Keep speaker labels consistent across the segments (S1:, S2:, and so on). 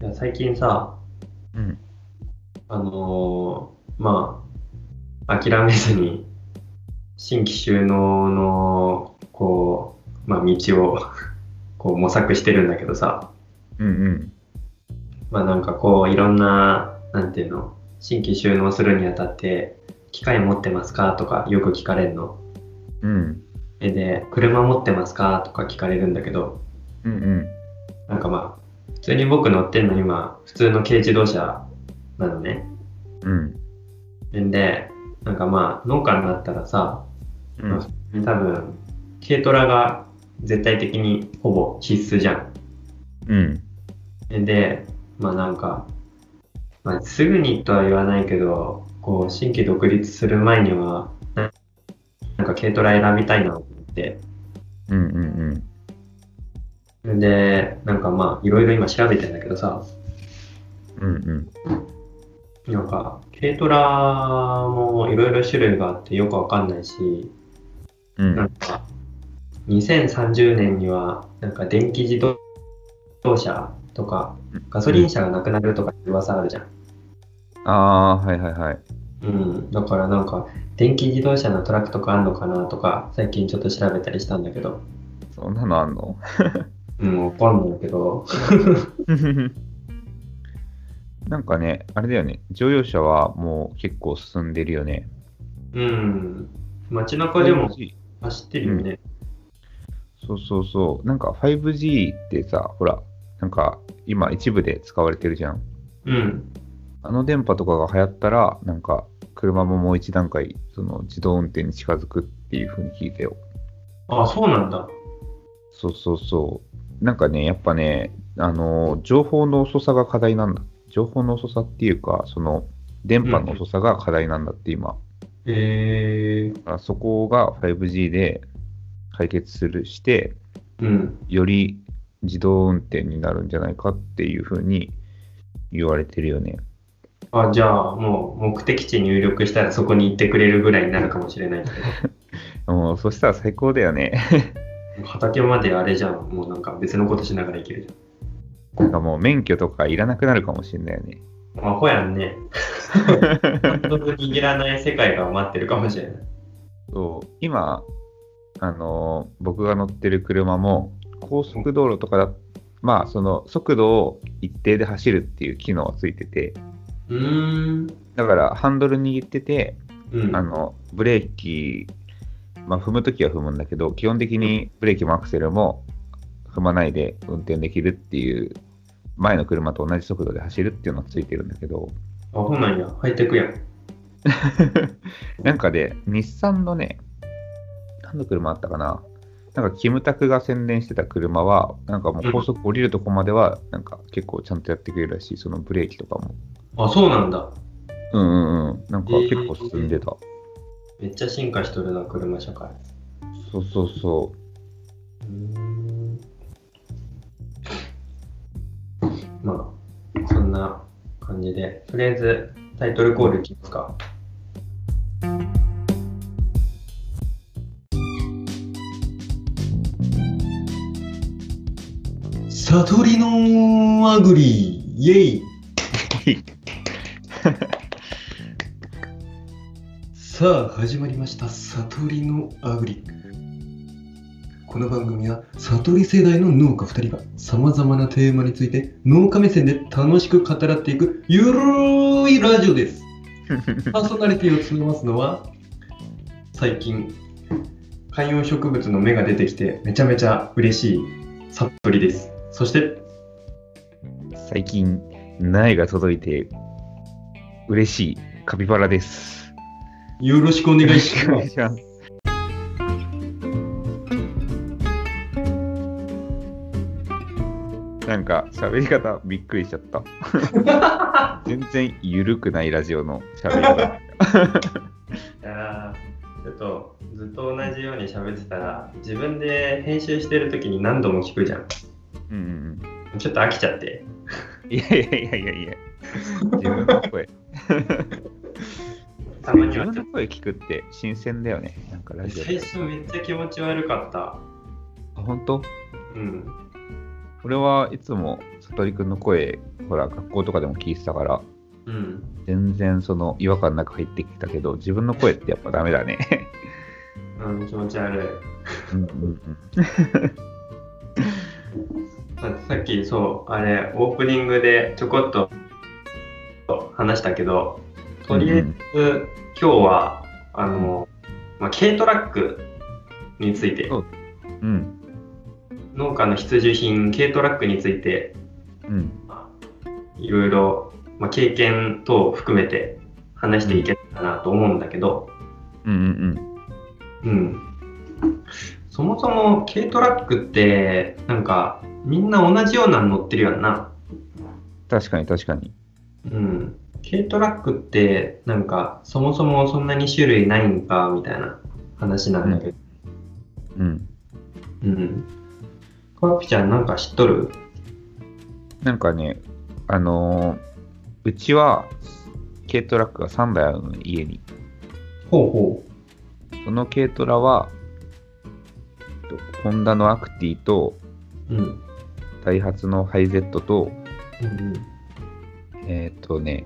S1: いや最近さ、
S2: うん。
S1: あのーまあ、諦めずに、新規収納の、こう、まあ、道を、 こう、模索してるんだけどさ、
S2: うんうん。
S1: まあ、なんかこう、いろんな、なんていうの、新規収納するにあたって、機械持ってますかとかよく聞かれるの。
S2: うん。
S1: えで、車持ってますかとか聞かれるんだけど、
S2: うんうん。
S1: なんかまあ、普通に僕乗ってんの今、普通の軽自動車なのね。
S2: うん。
S1: んで、なんかまあ、農家になったらさ、
S2: うん。うん
S1: 多分、軽トラが絶対的にほぼ必須じゃん。
S2: うん。
S1: で、まあなんか、まあ、すぐにとは言わないけど、こう、新規独立する前には、ななんか軽トラ選びたいなと思って。
S2: うんうん。
S1: で、なんかまあ、いろいろ今調べてんだけどさ、
S2: うんうん。
S1: なんか、軽トラもいろいろ種類があってよくわかんないし、
S2: うん
S1: なんか、2030年には、なんか電気自動車とか、ガソリン車がなくなるとかって噂あるじゃん。
S2: ああー、はいはいはい。
S1: うん。だからなんか、電気自動車のトラックとかあんのかなとか、最近ちょっと調べたりしたんだけど、
S2: そんなのあんの
S1: うん、わかんないけど、
S2: なんかね、あれだよね。乗用車はもう結構進んでるよね。
S1: うん。街中でも
S2: 5G
S1: 走ってるよね。
S2: そうそうそう。なんか 5G ってさ、ほら、なんか今一部で使われてるじゃん。
S1: うん。
S2: あの電波とかが流行ったら、なんか車ももう一段階、その自動運転に近づくっていう風に聞いたよ。
S1: あ、そうなんだ。
S2: そうそうそう。なんかね、やっぱね、あの、情報の遅さが課題なんだ。情報の遅さっていうか、その、電波の遅さが課題なんだって今。
S1: へえ
S2: だからそこが 5G で解決するして、
S1: うん。
S2: より自動運転になるんじゃないかっていうふうに言われてるよね。
S1: あ、じゃあ、もう目的地入力したらそこに行ってくれるぐらいになるかもしれないけど。
S2: もうそしたら最高だよね。
S1: 畑まであれじゃん。もうなんか別のことしながら行けるじ
S2: なんかもう免許とかいらなくなるかもしれないよね。
S1: ゃん。アホやんね。本当に握らない世界が待ってるかもしれない。
S2: そう今、あのー僕が乗ってる車も高速道路とかだ、まあその速度を一定で走るっていう機能がついてて
S1: うーん。
S2: だからハンドル握ってて
S1: うん。
S2: あのブレーキ、まあ、踏むときは踏むんだけど基本的にブレーキもアクセルも踏まないで運転できるっていう前の車と同じ速度で走るっていうのがついてるんだけど
S1: アホなんや。ハイテクやん。
S2: なんかで日産のね何の車あったかななんかキムタクが宣伝してた車はなんかもう高速降りるとこまではなんか結構ちゃんとやってくれるらしいそのブレーキとかも
S1: あ、そうなんだ。
S2: うんうんうんなんか結構進んでた、
S1: めっちゃ進化しとるな、車社会。
S2: そうそうそう
S1: うーん。まあ、そんな感じで。とりあえず、タイトルコールいきますか。悟りのアグリイェイさあ始まりました「悟りのアグリ」この番組は悟り世代の農家2人がさまざまなテーマについて農家目線で楽しく語らっていくゆるいラジオ ですパーソナリティを務めますのは最近観葉植物の芽が出てきてめちゃめちゃ嬉しい悟りですそして
S2: 最近苗が届いて嬉しいカピバラです。
S1: よろしくお願いし
S2: よろ
S1: ま
S2: く
S1: す
S2: します。なんか喋り方びっくりしちゃった。 全然ゆるくないラジオの喋り方。
S1: いやーちょっとずっと同じように喋ってたら自分で編集してる時に何度も聞くじゃん
S2: うん
S1: ちょっと飽きちゃって
S2: うん。いやいやいやいやいや。自分の声。
S1: たまに
S2: 自
S1: は
S2: 分
S1: ちょ
S2: の
S1: っ
S2: 声聞くって新鮮だよね。なんかラ
S1: と
S2: ジオ
S1: 最
S2: で。
S1: 初めっちゃ気持ち悪かった
S2: あ本当
S1: うん
S2: 俺はいつもさとりくんの声ほら、学校とかでも聞いてたから、
S1: うん。
S2: 全然その違和感なく入ってきたけど、自分の声ってやっぱダメだね。
S1: うん、気持ち悪い。
S2: うんうん
S1: ささっきそうあれオープニングでちょこっと話したけどとりあえず今日は、あの、まあ、軽トラックについて
S2: そううん。うん
S1: 農家の必需品軽トラックについて
S2: うん。
S1: いろいろ、まあ、経験等を含めて話していけたらなと思うんだけど、
S2: うんうん
S1: うん、そもそも軽トラックってなんかみんな同じようなの乗ってるよな。
S2: 確かに確かに。
S1: うん、軽トラックってなんかそもそもそんなに種類ないんかみたいな話なんだけど、
S2: うん。
S1: うん、カーピちゃんなんか知っとる
S2: なんかね、あのーうちは軽トラックが3台あるのね、家に。
S1: ほうほ
S2: その軽トラは、えっとホンダのアクティと、
S1: う、うん
S2: ダイハツのハイゼットと、
S1: うん
S2: えっ、とね、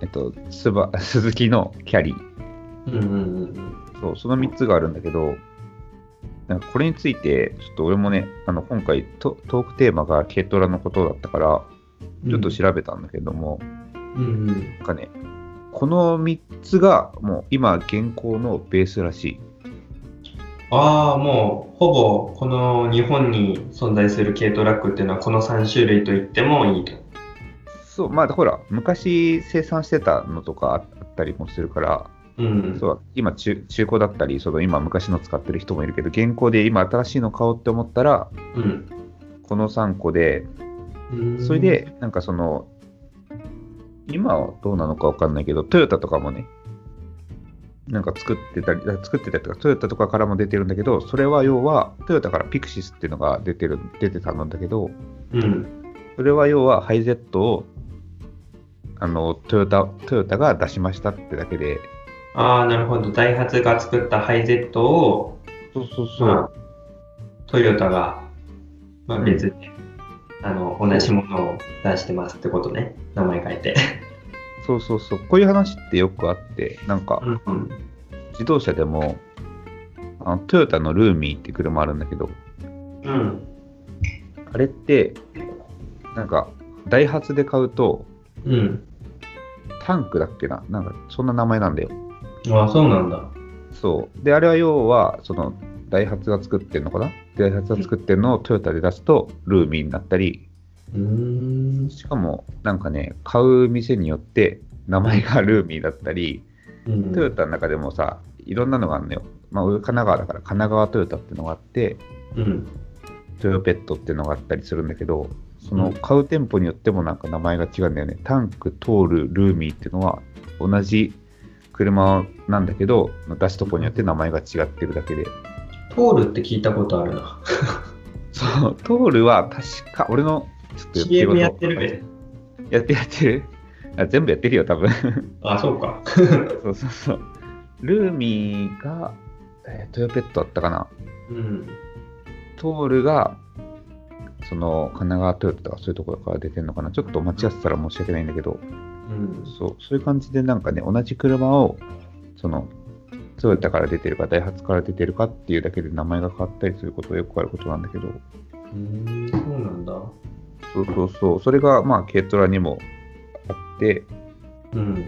S2: えっ、と、スバ、 鈴木のキャリー。
S1: うん、うんうんうん
S2: そう、その3つがあるんだけど、なんかこれについて、ちょっと俺もね、あの今回トトークテーマが軽トラのことだったから、
S1: うん
S2: ちょっと調べたんだけども、
S1: うんうん
S2: なんかね、この3つがもう今現行のベースらしい。
S1: ああもうほぼこの日本に存在する軽トラックっていうのはこの3種類と言ってもいいと
S2: そう、まあほら、昔生産してたのとかあったりもするから、
S1: うん
S2: そう今中中古だったり、その今昔の使ってる人もいるけど、現行で今新しいの買おうって思ったら、
S1: うん
S2: この3個で、
S1: うん
S2: それで、なんかその、今はどうなのかわかんないけど、トヨタとかもね、なんか作ってたり、作ってたりとか、トヨタとかからも出てるんだけど、それは要は、トヨタからピクシスっていうのが出てる、出てたんだけど、
S1: うん
S2: それは要はハイゼットを、あの、トヨタ、トヨタが出しましたってだけで、
S1: ああなるほどダイハツが作ったハイゼットを
S2: そうそう
S1: まあ。、トヨタが、まあ、別に、あの同じものを出してますってことね名前変えて、
S2: そうそうそう。こういう話ってよくあって、なんか、
S1: うんうん、
S2: 自動車でも、あのトヨタのルーミーって車あるんだけど、
S1: うん
S2: あれって、なんか、ダイハツで買うと、
S1: うん
S2: タンクだっけななんか、そんな名前なんだよ。
S1: ああそうなんだ
S2: そう。で、あれは要は、その、ダイハツが作ってんのかなダイハツが作ってんのをトヨタで出すと、ルーミーになったり、
S1: うーん
S2: しかも、なんかね、買う店によって、名前が ルーミーだったり、
S1: うん
S2: トヨタの中でもさ、いろんなのがあるのよ。まあ、俺神奈川だから、神奈川トヨタってのがあって、
S1: うん
S2: トヨペットっていうのがあったりするんだけど、そうの
S1: ん
S2: 買う店舗によってもなんか名前が違うんだよね。タンク、トール、ルーミーっていうのは同じ車なんだけど、出すとこによって名前が違ってるだけで。
S1: トールって聞いたことあるな
S2: そう、トールは確か、俺のちょっと
S1: CM やってるべ
S2: やってるやってるあ全部やってる よ、多分。
S1: ああそうか
S2: そうそうそう。ルーミーが、えートヨペットだったかな。
S1: うん
S2: トールが、その神奈川トヨタとかそういうところから出てるのかな。ちょっと間違ってたら申し訳ないんだけど、
S1: うん
S2: そう、そういう感じでなんかね、同じ車を、その、トヨタから出てるか、ダイハツから出てるかっていうだけで名前が変わったりすることはよくあることなんだけど、
S1: うーんそうなんだ
S2: そうそうそう、それがまあ軽トラにもあって、
S1: うん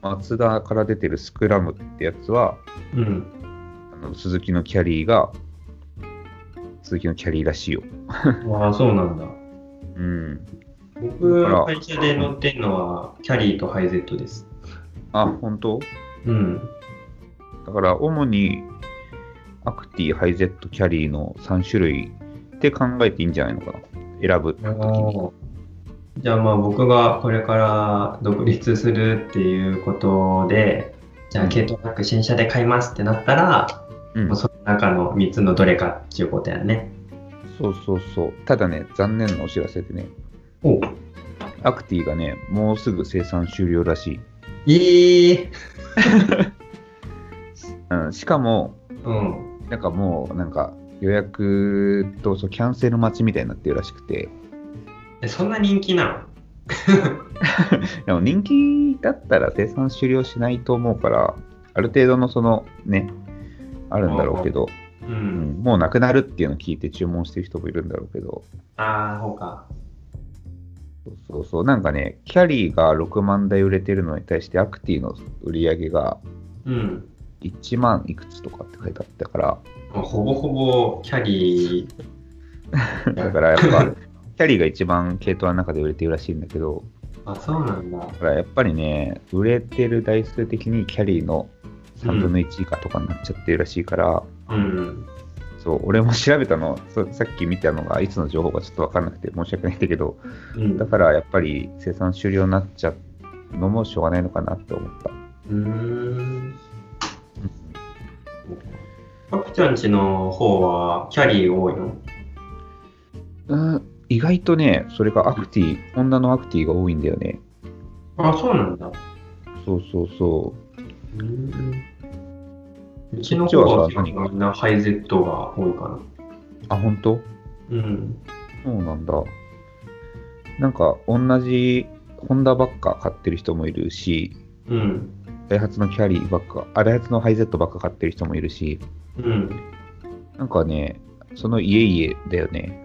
S2: マツダから出てるスクラムってやつは、
S1: うん
S2: あの鈴木のキャリーが、鈴木のキャリーらしいよ。
S1: ああそうなんだ
S2: うん。
S1: 僕
S2: だから
S1: 会社で乗ってんのはキャリーとハイゼットです
S2: あ、本当
S1: うん
S2: だから主に、アクティ、ハイゼット、キャリーの3種類って考えていいんじゃないのかな。選ぶときに。
S1: じゃあまあ僕がこれから独立するっていうことでじゃあ軽トラック新車で買いますってなったら、
S2: うん
S1: もうその中の3つのどれかっていうことやね。
S2: そうそうそう。ただね、残念なお知らせでね、
S1: お
S2: アクティがね、もうすぐ生産終了らしい。
S1: ええ
S2: うん、しかも、
S1: うん。
S2: なんかもう、なんか予約とそうキャンセル待ちみたいになってるらしくて、
S1: え、そんな人気な
S2: でも人気だったら生産終了しないと思うから、ある程度のそのね、あるんだろうけど、
S1: のう。
S2: うんんもうなくなるっていうのを聞いて注文してる人もいるんだろうけど、
S1: ああ、そうか。
S2: そうそうそう、なんかね、キャリーが6万台売れてるのに対して、アクティの売り上げが
S1: うん。
S2: 1万いくつとかって書いてあったから、
S1: もうほぼほぼキャリー。
S2: だからやっぱ、 キャリーが一番系統の中で売れてるらしいんだけど、
S1: あ、そうなんだ。
S2: だからやっぱりね、売れてる台数的にキャリーの3分の1以下とかになっちゃってるらしいから、
S1: うん。
S2: そう、俺も調べたの、そさっき見たのが、いつの情報かちょっと分かんなくて申し訳ないんだけど、
S1: うん。
S2: だからやっぱり生産終了になっちゃうのもしょうがないのかなって思った。
S1: うーん。パクちゃんちの方はキャリー多いの
S2: うん、意外とね、それがアクティ、女のアクティが多いんだよね。
S1: あ、そうなんだ。
S2: そうそうそ
S1: う
S2: う。
S1: ーんうちの方は結構みんなハイゼットが多いか
S2: あ、本当
S1: な。うん。
S2: そうなんだ。なんか、同じホンダばっか買ってる人もいるし、
S1: うん。
S2: ダイハツのキャリーばっか、あ、ダイハツのハイゼットばっか買ってる人もいるし、
S1: うん。
S2: なんかね、その家々だよね。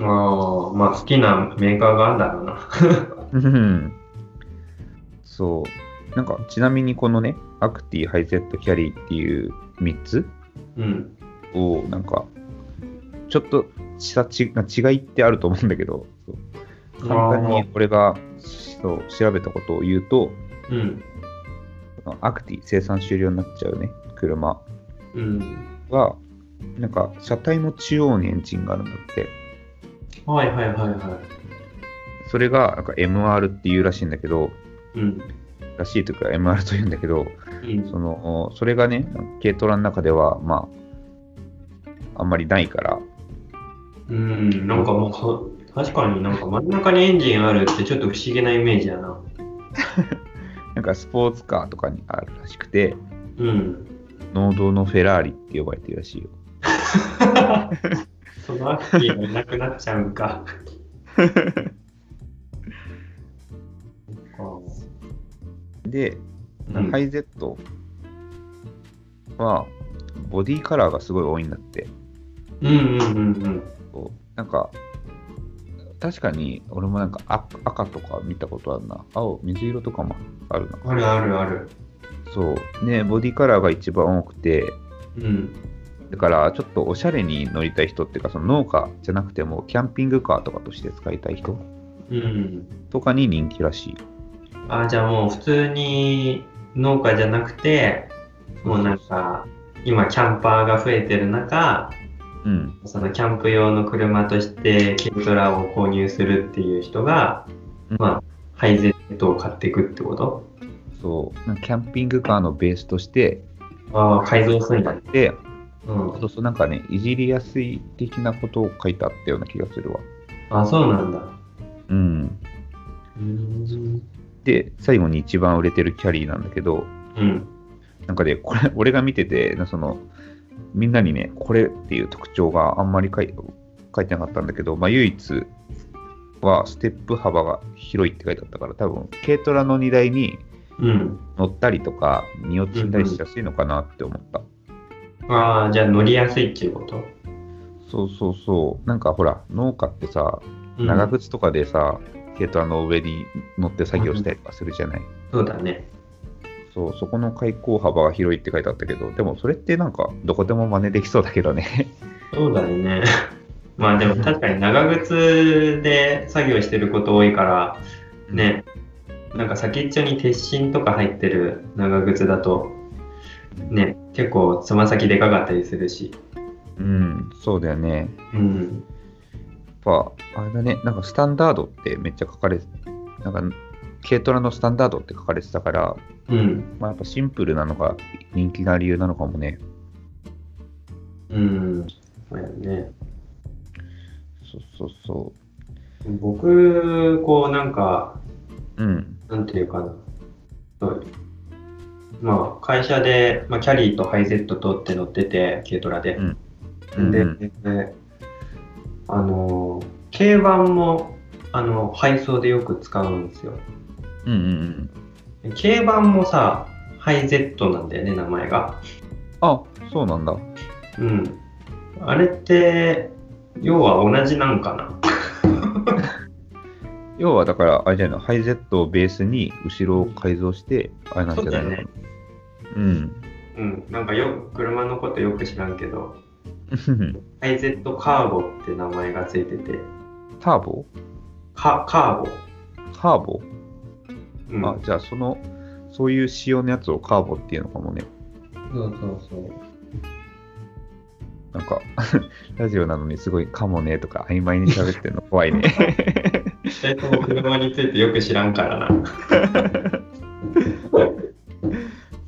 S1: ああ、まあ好きなメーカーがあるんだろうな。
S2: うんそう。なんか、ちなみにこのね、アクティ、ハイゼット、キャリーっていう3つ
S1: うん。
S2: をなんかちょっとしたち違いってあると思うんだけどそう簡単に俺がそう調べたことを言うと
S1: うん。
S2: そのアクティ生産終了になっちゃうね車
S1: うん。
S2: はなんか車体の中央にエンジンがあるんだって
S1: はいはいはいは
S2: それがなんか MR っていうらしいんだけど
S1: い。うん。
S2: らしいというか MR というんだけど
S1: うん。
S2: そのそれがね軽トラの中ではまああんまりないから
S1: うん、なんかもうそ、確かになんか真ん中にエンジンあるってちょっと不思議なイメージだな。
S2: なんかスポーツカーとかにあるらしくて
S1: うん。
S2: 農道のフェラーリって呼ばれてるらしいよ。
S1: そのアクティがいなくなっちゃうん か。そ
S2: で、
S1: っかうん
S2: ハイゼットは、ボディカラーがすごい多いんだって。
S1: うんうんうんうん。
S2: こうなんか、確かに俺もなんか赤赤とか見たことあるな。青、水色とかもあるな。
S1: あるあるある。
S2: そう。ね、ボディカラーが一番多くて、
S1: うん。
S2: だからちょっとおしゃれに乗りたい人っていうか、その農家じゃなくても、キャンピングカーとかとして使いたい人
S1: うん。
S2: とかに人気らしい。
S1: あ、じゃあもう普通に農家じゃなくて、もうなんか、今キャンパーが増えてる中、
S2: うん。
S1: そのキャンプ用の車として軽トラを購入するっていう人が、まあ、ハイゼットを買っていくってこと
S2: そう。なんかキャンピングカーのベースとして、
S1: ああ、改造するんだね。
S2: で、
S1: うん。
S2: そうそう、なんかね、いじりやすい的なことを書いてあったような気がするわ。
S1: あそうなんだ。
S2: うん。
S1: うん。
S2: で、最後に一番売れてるキャリーなんだけど、
S1: うん。
S2: なんかね、これ、 俺が見てて、なその、みんなにね、これっていう特徴があんまり書い書いてなかったんだけど、まあ、唯一は、ステップ幅が広いって書いてあったから、多分、軽トラの荷台に
S1: うん。
S2: 乗ったりとか、荷落ちしたりしやすいのかなって思った。
S1: ああ、じゃあ乗りやすいっていうこと
S2: そうそうそう。なんかほら、農家ってさ、長
S1: く
S2: 靴とかでさ、軽トラの上に乗って作業したりとかするじゃない。
S1: そうだね。
S2: そう、そこの開口幅が広いって書いてあったけど、でもそれってなんか、どこでも真似できそうだけどね。
S1: そうだよね。 まあでも確かに長靴で作業してること多いから、ね、なんか先っちょに鉄芯とか入ってる長靴だと、ね、結構つま先でかかったりするし。
S2: うん、そうだよね。
S1: うん。
S2: やっぱ、あれだね、なんかスタンダードってめっちゃ書かれて、なんか、軽トラのスタンダードって書かれてたから、
S1: うん。
S2: まあ、やっぱシンプルなのが人気な理由なのかもね。
S1: うん。そうやね。
S2: そうそうそ
S1: 僕、こうなんか、
S2: う。うん。
S1: なんていうかな。そうまあ、会社で、まあ、キャリーとハイゼットとって乗ってて、軽トラで。
S2: うん
S1: で、
S2: うん
S1: あのー、軽バンもあの配送でよく使うんですよ
S2: うんうんうん。
S1: 軽バンもさハイゼットなんだよね名前が
S2: あ、そうなんだ。
S1: うんあれって要は同じなんかな
S2: 要はだから、あれじゃないの、ハイゼットをベースに後ろを改造して、あれなんじゃないの
S1: そうだよね
S2: うん。
S1: うんなんかよく車のことよく知らんけどハイゼットカーボって名前がついてて
S2: ターボ
S1: カカーボ
S2: カーボ、
S1: うん
S2: あ、じゃあその、そういう仕様のやつをカーボっていうのかもね。
S1: そうそうそう
S2: なんか、 ラジオなのにすごいかもねとか曖昧に喋ってるの怖いね。
S1: 二人とも車についてよく知らんからな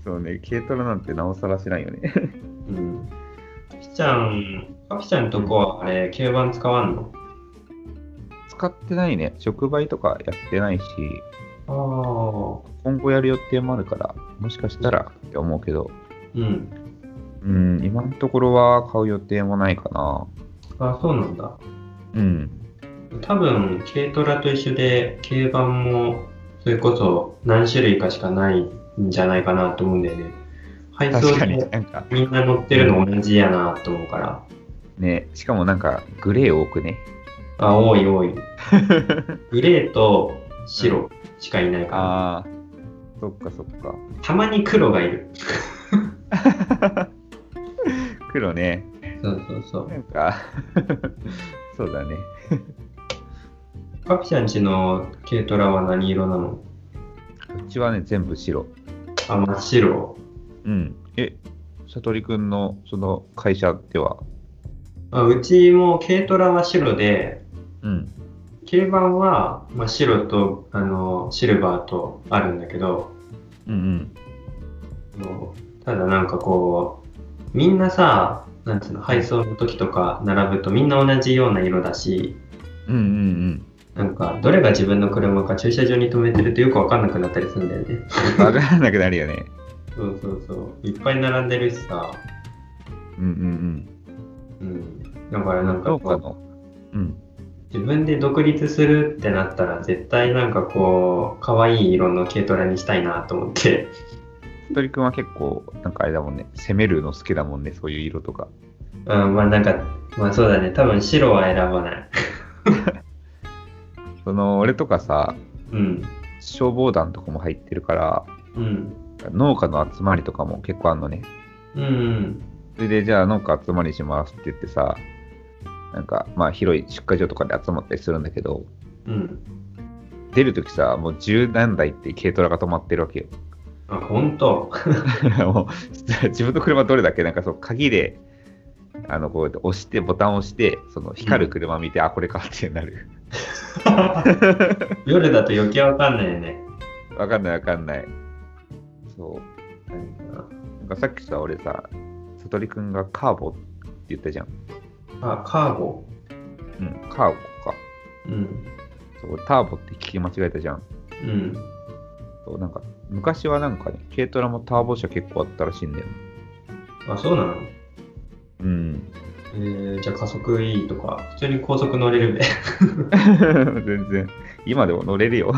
S2: そうね、軽トラなんてなおさら知らんよね。
S1: うんあきちゃんあきちゃんとこはあれ軽バン使わんの
S2: 使ってないね。直売とかやってないし、
S1: ああ
S2: 今後やる予定もあるから、もしかしたらって思うけど、
S1: うん
S2: うん、今のところは買う予定もないかな。
S1: あそうなんだ
S2: うん。
S1: 多分軽トラと一緒で軽バンもそれこそ何種類かしかないんじゃないかなと思うんだよね配
S2: 確
S1: 送
S2: かに
S1: で
S2: なんか
S1: みんな乗ってるの同じやなと思うから
S2: ね、しかもなんかグレー多くね。
S1: あ多い 多いグレーと白しかいないから
S2: ああ、そっかそっか。
S1: たまに黒がいる
S2: 黒ね。
S1: そうそうそう
S2: なんか、 そうだね。
S1: カピちゃんちの軽トラは何色なの
S2: うちはね、全部白。
S1: あ真っ白
S2: うん。え、悟りくんのその会社では、
S1: あうちも軽トラは白で
S2: うん。
S1: 軽バンは、まあ、白とあのシルバーとあるんだけど
S2: うんうん。
S1: ただなんかこうみんなさなんつうの配送の時とか並ぶとみんな同じような色だし
S2: うんうん
S1: なんかどれが自分の車か駐車場に止めてるとよく分かんなくなったりするんだよね
S2: うん。わからなくなるよね。
S1: そうそうそういっぱい並んでるしさ
S2: うんうん
S1: うんだか
S2: う
S1: ら
S2: ん。
S1: なんか
S2: 農家
S1: こ
S2: の。うん。
S1: う自分で独立するってなったら絶対なんかこう可愛い色の軽トラにしたいなと思って
S2: 悟りくんは結構、なんかあれだもんね。攻めるの好きだもんね、そういう色とか。
S1: うんまあなんかまあそうだね多分白は選ばない
S2: その、俺とかさ、
S1: うん
S2: 消防団とかも入ってるから、
S1: うん
S2: 農家の集まりとかも結構あんのね。
S1: うんうん
S2: それで、じゃあ農家集まりしますって言ってさ、なんか、まあ、広い出荷所とかで集まったりするんだけど、
S1: うん
S2: 出るときさ、もう十何台って軽トラが止まってるわけよ。
S1: あ本当
S2: もう 自分の車どれだっけなんかその鍵で、あの、こうやって押して、ボタンを押して、その光る車見て、あ、これかってなる。
S1: 夜だと余計わかんないよね。
S2: わかんないわかんない。そう。なんかさっきさ、俺さ、さとりくんがカーボって言ったじゃん。
S1: あ、カーゴ。
S2: うん、カーボか。
S1: うん。
S2: そうターボって聞き間違えたじゃん。
S1: うん。
S2: そうなんか昔はなんかね、軽トラもターボ車結構あったらしいんだよ。
S1: あ、そうなの
S2: うん。
S1: えー、じゃあ加速いいとか、普通に高速乗れるべ。
S2: 全然。今でも乗れる よ。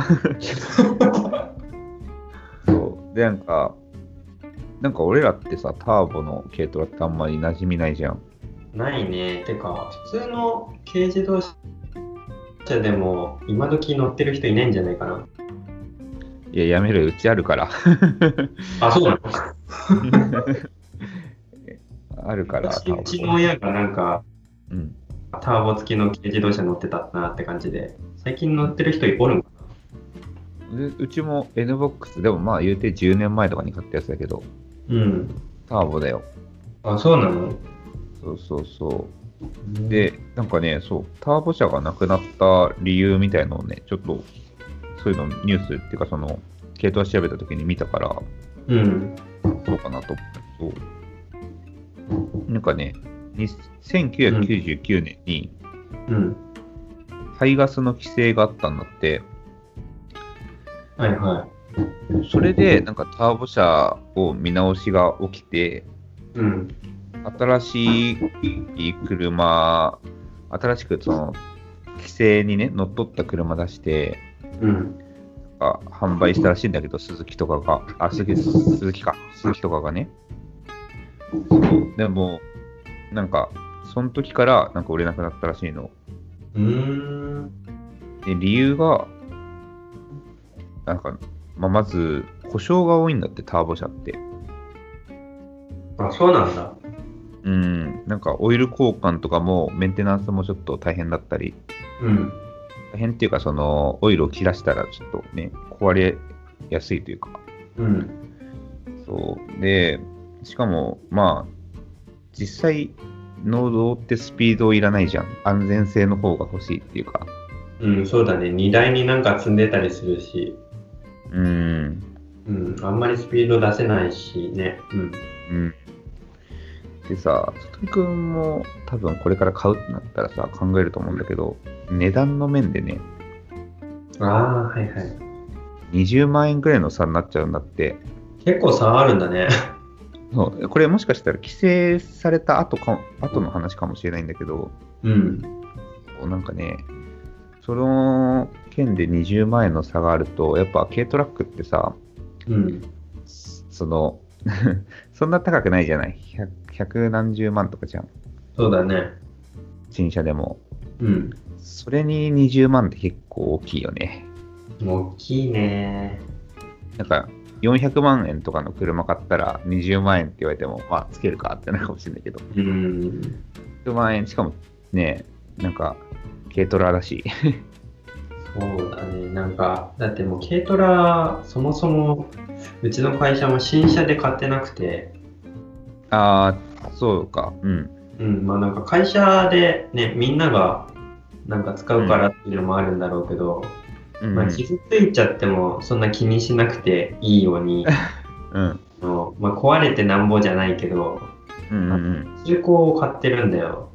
S2: そう。で、なんか、なんか俺らってさ、ターボの軽トラってあんまり馴染みないじゃん。
S1: ないね。てか、普通の軽自動車でも今時乗ってる人いないんじゃないかな。
S2: いや、やめろよ、うちあるから。
S1: あ、そうなの
S2: あるから、
S1: 私
S2: ターボ
S1: うちの親がなんか、
S2: うん。
S1: ターボ付きの軽自動車乗ってたなって感じで、最近乗ってる人おるんか
S2: でうちも NBOX、でもまあ言うて10年前とかに買ったやつだけど、
S1: なうん。
S2: ターボだよ。
S1: あ、そうなの
S2: そうそうそう。で、なんかね、そう、ターボ車がなくなった理由みたいのをね、ちょっと、そういうのニュースっていうか、その、系統調べたときに見たから、
S1: うん。
S2: そうかなと思ったけど、なんかね、に1999年に、
S1: うん。
S2: 排ガスの規制があったんだって、
S1: はいは
S2: それで、なんかターボ車を見直しが起きて、
S1: い。うん。
S2: 新しい車、新しくその規制にね、乗っ取った車出して、
S1: うん。
S2: あ販売したらしいんだけど、鈴木とかが、あ、鈴木、鈴木か、鈴木とかがね。そうでも、なんか、その時から、なんか売れなくなったらしいの。
S1: うーん。
S2: で、理由が、なんか、まあ、まず、故障が多いんだって、ターボ車って。
S1: あ、そうなんだ。
S2: うん、なんか、オイル交換とかも、メンテナンスもちょっと大変だったり、
S1: うん。
S2: 大変っていうか、その、オイルを切らしたら、ちょっとね、壊れやすいというか、
S1: うん。
S2: そう。で、しかも、まあ、実際、農道ってスピードいらないじゃん。安全性の方が欲しいっていうか。
S1: うん、そうだね。荷台になんか積んでたりするし、
S2: うん。
S1: うん、あんまりスピード出せないしね。うん。
S2: うん。でさ、佐藤君も多分これから買うってなったらさ、考えると思うんだけど、値段の面でね、
S1: ああー、はいはい。
S2: 20万円くらいの差になっちゃうんだって。
S1: 結構差あるんだ ね。
S2: そうこれもしかしたら規制された後か後の話かもしれないんだけど、
S1: うん。
S2: なんかね、その件で20万円の差があると、やっぱ軽トラックってさ、
S1: うん。
S2: その そんな高くないじゃない100、百何十万とかじゃん、
S1: そうだね。
S2: 新車でも。
S1: うん。
S2: それに20万って結構大きいよね。
S1: 大きいね。
S2: なんか400万円とかの車買ったら20万円って言われても、まあ、つけるかってなるかもしれないけど、
S1: うん。
S2: 100万円、しかもね、なんか軽トラだし、
S1: そうだね。なんか、だってもう軽トラ、そもそも、うちの会社も新車で買ってなくて、
S2: ああ、そうか、うん、
S1: うん、まあなんか会社でね、みんなが、なんか使うからっていうのもあるんだろうけど、
S2: うん、
S1: まあ傷ついちゃってもそんな気にしなくていいよう に、
S2: うん、
S1: あのまあ壊れてなんぼじゃないけど、
S2: うん、うん、うん。
S1: 中古を買ってるんだよ。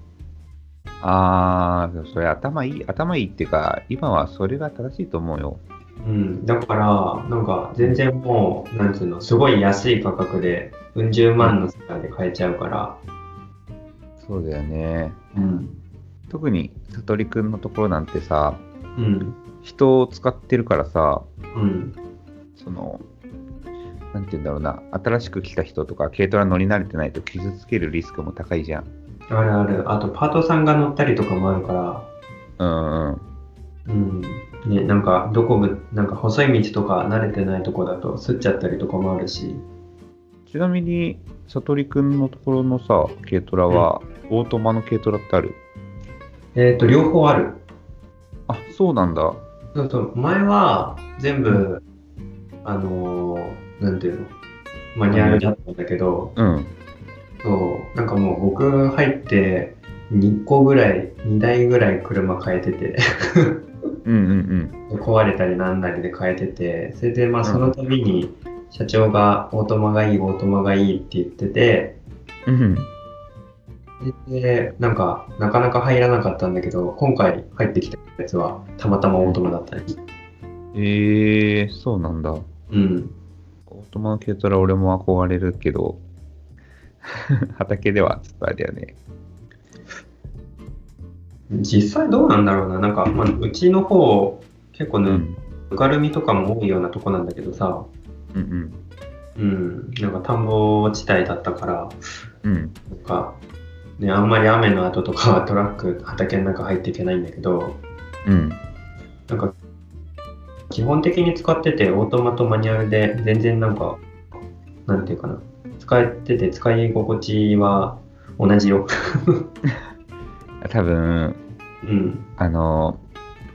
S2: ああ、それ頭いい、頭いいっていうか、今はそれが正しいと思うよ。
S1: うん、だから、なんか全然もう、なんつうの、すごい安い価格で、うん十万の世界で買えちゃうから。
S2: そうだよね。
S1: うん。
S2: 特に、さとりくんのところなんてさ、
S1: うん。
S2: 人を使ってるからさ、
S1: うん。
S2: その、なんて言うんだろうな、新しく来た人とか、軽トラ乗り慣れてないと傷つけるリスクも高いじゃん。
S1: あるある。あと、パートさんが乗ったりとかもあるか
S2: うんうん。
S1: ら、うん。ね、なんか、どこぶ、なんか細い道とか慣れてないとこだと、すっちゃったりとかもあるし。
S2: ちなみに、さとりくんのところのさ、軽トラは、オートマの軽トラってある
S1: えっ、と、両方ある。
S2: あ、そうなんだ。
S1: そうそう、前は、全部、あのーなんていうの、マニュアルだったんだけど、
S2: うん。
S1: そう、なんかもう僕入って2個ぐらい、2台ぐらい車変えてて、
S2: うんうん
S1: 壊れたりなんだりで変えてて、それでまあその度に社長がオートマがいい、オートマがいいって言ってて、
S2: うん。うん。
S1: で、なんかなかなか入らなかったんだけど、今回入ってきたやつはたまたまオートマだったり。
S2: ええー、そうなんだ。
S1: うん。
S2: オートマの軽トラ俺も憧れるけど 畑ではちょっとあれだよね
S1: 実際どうなんだろうな、なんか、まあ、うちの方、結構
S2: う
S1: ぬ
S2: ん
S1: ぬかるみとかも多いようなとこなんだけどさ、
S2: うん
S1: うん、なんか田んぼ地帯だったから、
S2: うんうん
S1: なんか、ね、あんまり雨の後とかはト ラック、畑の中入っていけないんだけど、
S2: うん
S1: なんか、基本的に使ってて、オートマとマニュアルで、全然なんか、なんていうかな、使ってて使い心地は同じよ。
S2: 多分
S1: うん、
S2: あの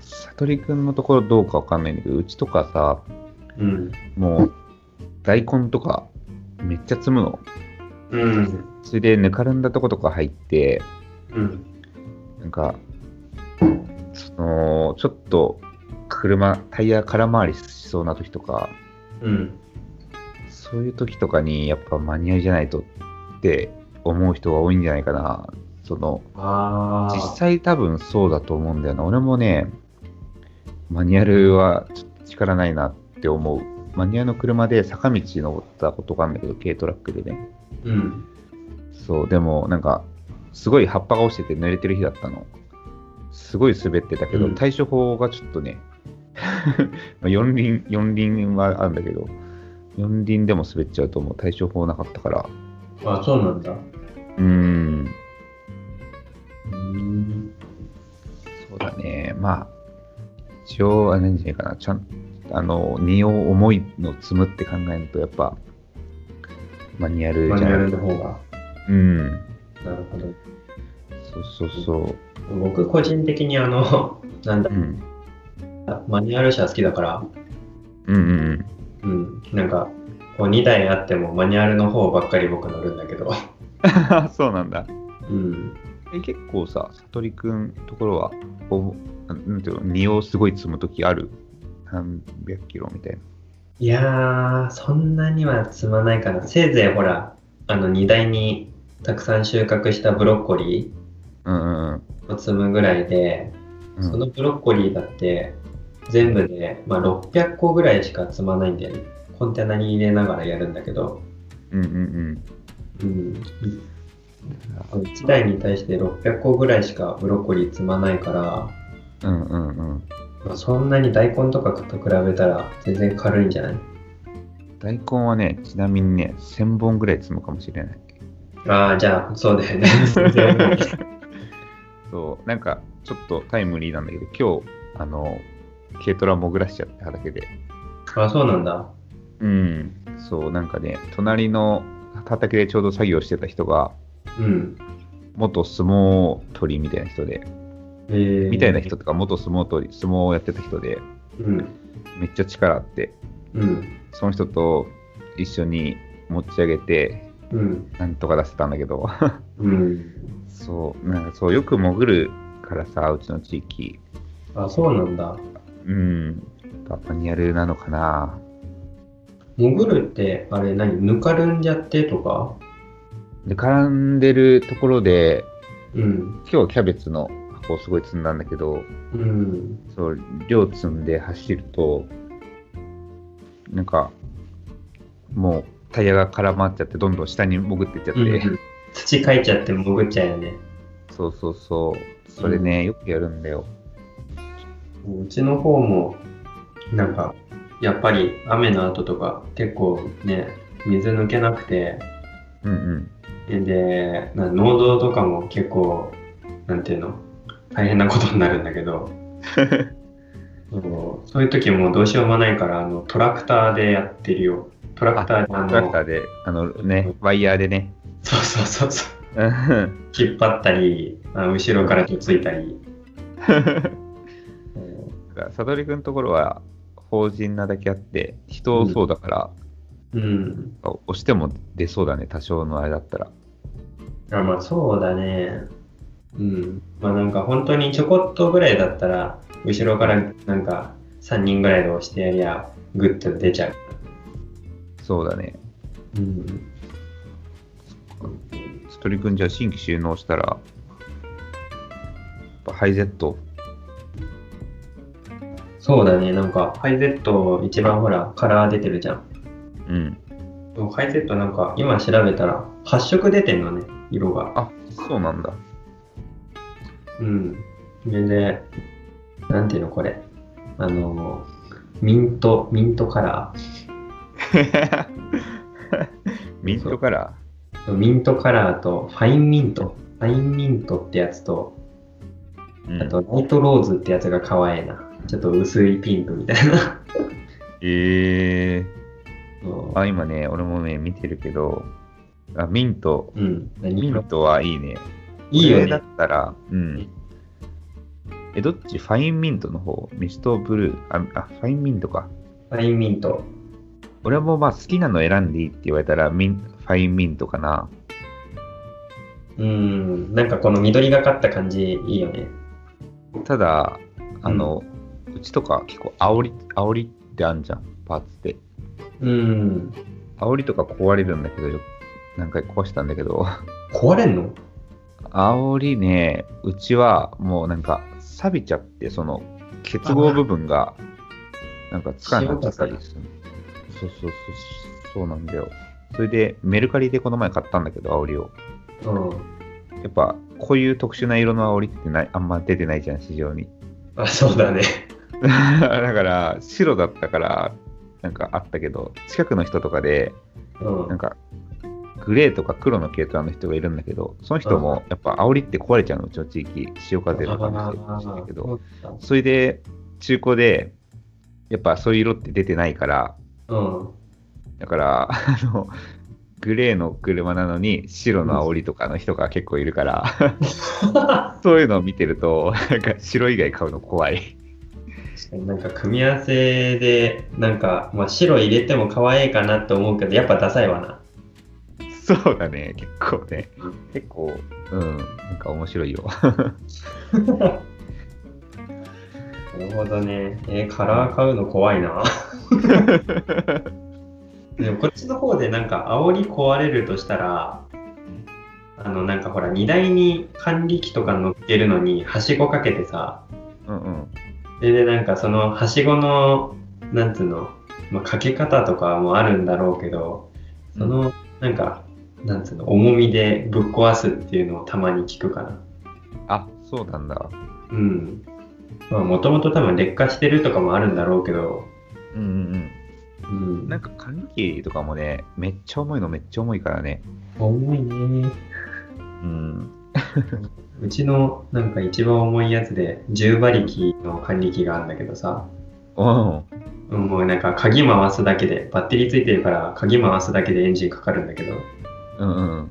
S2: 悟りくんのところどうかわかんないんだけどうちとかさ
S1: うん、
S2: もう大根とかめっちゃ積むの
S1: うん、
S2: それでぬかるんだとことか入って
S1: うん、
S2: なんかそのちょっと車タイヤ空回りしそうな時とか
S1: うん。
S2: そういう時とかにやっぱマニュアルじゃないとって思う人が多いんじゃないかな。その
S1: ああ、
S2: 実際多分そうだと思うんだよな。俺もね、マニュアルはちょっと力ないなって思う。マニュアルの車で坂道登ったことがあるんだけど、軽トラックでね。
S1: うん。
S2: そう、でもなんか、すごい葉っぱが落ちてて濡れてる日だったの。すごい滑ってたけど、
S1: うん
S2: 対処法がちょっとね、 まあ四輪、四輪はあるんだけど、四輪でも滑っちゃうともう対処法なかったから、
S1: あ、そうなんだ。
S2: うーん、
S1: うん。
S2: そうだね、まあ、一応、あれなんじゃないかな、ちゃんあの、荷を重いの積むって考えると、やっぱ、マニュアルじ
S1: マ
S2: ゃ
S1: ニュア
S2: な
S1: ル
S2: い
S1: の方が。
S2: うん、
S1: なるほど。
S2: そうそうそ
S1: 僕、個人的にあの、 なんだ
S2: う、う、ん、
S1: マニュアル車好きだから、
S2: うん、うんうん、
S1: うん、なんか、こう2台あってもマニュアルの方ばっかり僕乗るんだけど、
S2: そうなんだ。
S1: うん。
S2: え結構さ、さとりくんところは、おなんなんていうの、荷をすごい積むときある。何百キロみたいな。
S1: いやー、そんなには積まないかな。せいぜいほら、あの荷台にたくさん収穫したブロッコリ
S2: うんうん
S1: ーを積むぐらいで、
S2: うん。
S1: そのブロッコリーだって全部で、まあ、600個ぐらいしか積まないんだよね。コンテナに入れながらやるんだけど、
S2: うんうんうん。
S1: うん。1台に対して600個ぐらいしかブロッコリー積まないから、
S2: うんうんうん。
S1: まあ、そんなに大根とかと比べたら全然軽いんじゃない
S2: 大根はね、ちなみにね、1000本ぐらい積むかもしれない。
S1: ああ、じゃあ、そう だよね。全然重い
S2: そう、なんか、ちょっとタイムリーなんだけど、今日、あの、軽トラ潜らしちゃっただけで。
S1: ああ、そうなんだ。
S2: うん。そう、なんかね、隣の畑でちょうど作業してた人が、
S1: うん。
S2: 元相撲取りみたいな人で、
S1: えー
S2: みたいな人とか、元相撲取り、相撲をやってた人で、
S1: うん。
S2: めっちゃ力あって、
S1: うん。
S2: その人と一緒に持ち上げて、
S1: うん。
S2: なんとか出せたんだけど、
S1: うん。
S2: そう、なんかそう、よく潜るからさ、うちの地域、
S1: あ、そうなんだ。
S2: うん、やっぱマニュアルなのかな。
S1: 潜るって、あれ何ぬかるんじゃってとか
S2: で、絡んでるところで、
S1: うん。
S2: 今日はキャベツの箱をすごい積んだんだけど、
S1: うん。
S2: そう、量積んで走ると、なんか、もうタイヤが絡まっちゃって、どんどん下に潜っていっちゃって、
S1: うん土かいちゃって潜っちゃうよね。
S2: そうそうそう、それね、よくやるんだよ。
S1: うちの方も、なんか、やっぱり雨の後とか結構ね、水抜けなくて、
S2: うんうん。
S1: で、な農道とかも結構、なんていうの、大変なことになるんだけ ど、そうそういう時もどうしようもないから、あのトラクターでやってるよ。トラクターであ
S2: トラ
S1: の
S2: クタ、ーで、あのね、ワイヤーでね、
S1: そうそうそうそう、
S2: うん
S1: 引っ張ったり、あの後ろからとついた り。
S2: だから、さとりくんところは、法人なだけあって、人そうだから、
S1: うん。
S2: 押しても出そうだね、多少のあれだったら。
S1: あまあそうだね。うん。まあなんか本当にちょこっとぐらいだったら、後ろからなんか3人ぐらいで押してやりゃ、グッと出ちゃう。
S2: そうだね。
S1: うん。
S2: さとりくんじゃあ新規収納したら、やっぱハイゼット、
S1: そうだね。なんかハイゼット一番ほらカラー出てるじゃん。
S2: うん。
S1: でもハイゼットなんか今調べたら8色出てんのね、色が。
S2: あ、そうなんだ。
S1: うん。それで、なんていうのこれ。あの、ミント、ミントカラ
S2: ミントカラ
S1: ー。ミントカラーとファインミント。ファインミントってやつと、
S2: ー。うん
S1: あと、ライトローズってやつが可愛いな。ちょっと薄いピンクみたいな。
S2: え
S1: そう
S2: ー、あ、今ね、俺もね、見てるけど、あ、ミント、
S1: うん。何
S2: ミントはいいね。
S1: いい
S2: こ
S1: よ
S2: れだ
S1: ね
S2: っ。たら、うん。え、どっちファインミントの方ミストブルーあ。あ、ファインミントか。
S1: ファインミント。
S2: 俺もまあ好きなの選んでいいって言われたら、ミンファインミントかな。
S1: うん。なんかこの緑がかった感じ、いいよね。
S2: ただ、あの、うちとか結構煽り、煽りってあんじゃん、パーツって。
S1: うん。
S2: 煽りとか壊れるんだけど、よ何回壊したんだけど、
S1: 壊れんの
S2: 煽りね、うちはもうなんか錆びちゃって、その結合部分がなんかつかなくなっちゃったりする。そうそうそう、そうなんだよ。それでメルカリでこの前買ったんだけど、煽りを。
S1: うん。
S2: やっぱこういう特殊な色の煽りってないあんま出てないじゃん市場に
S1: あ、そうだね。
S2: だから白だったからなんかあったけど近くの人とかで
S1: うん
S2: なん。かグレーとか黒の軽トラの人がいるんだけどその人もやっぱ煽りって壊れちゃうのうちの地域潮風とかもしてるけどそれで中古でやっぱそういう色って出てないから
S1: うん。
S2: だから、あの、グレーの車なのに白の煽りとかの人が結構いるから、そういうのを見てると、なんか白以外買うの怖い。
S1: なんか組み合わせでなんか、まあ、白入れても可愛いかなと思うけどやっぱダサいわな
S2: そうだね、結構ね
S1: うん。
S2: 結構、うん、なんか面白いよ。
S1: なるほどねえーカラー買うの怖い なでもこっちの方でなんか煽り壊れるとしたらあのなんかほら荷台に管理機とか乗ってるのにはしごかけてさ
S2: うんうん。
S1: それでなんかそのはしごのなんつうの、まあ、かけ方とかもあるんだろうけどそのなんかなんつうの重みでぶっ壊すっていうのをたまに聞くかな
S2: あ、そうなんだ。
S1: うんまあもともと多分劣化してるとかもあるんだろうけど
S2: うんうん
S1: うん
S2: うん。なんか管理機とかもね、めっちゃ重いのめっちゃ重いからね。
S1: 重いね
S2: うん。
S1: うちのなんか一番重いやつで10馬力の管理機があるんだけどさ
S2: うん。
S1: うんもうなんか鍵回すだけでバッテリーついてるから鍵回すだけでエンジンかかるんだけど
S2: うんうん。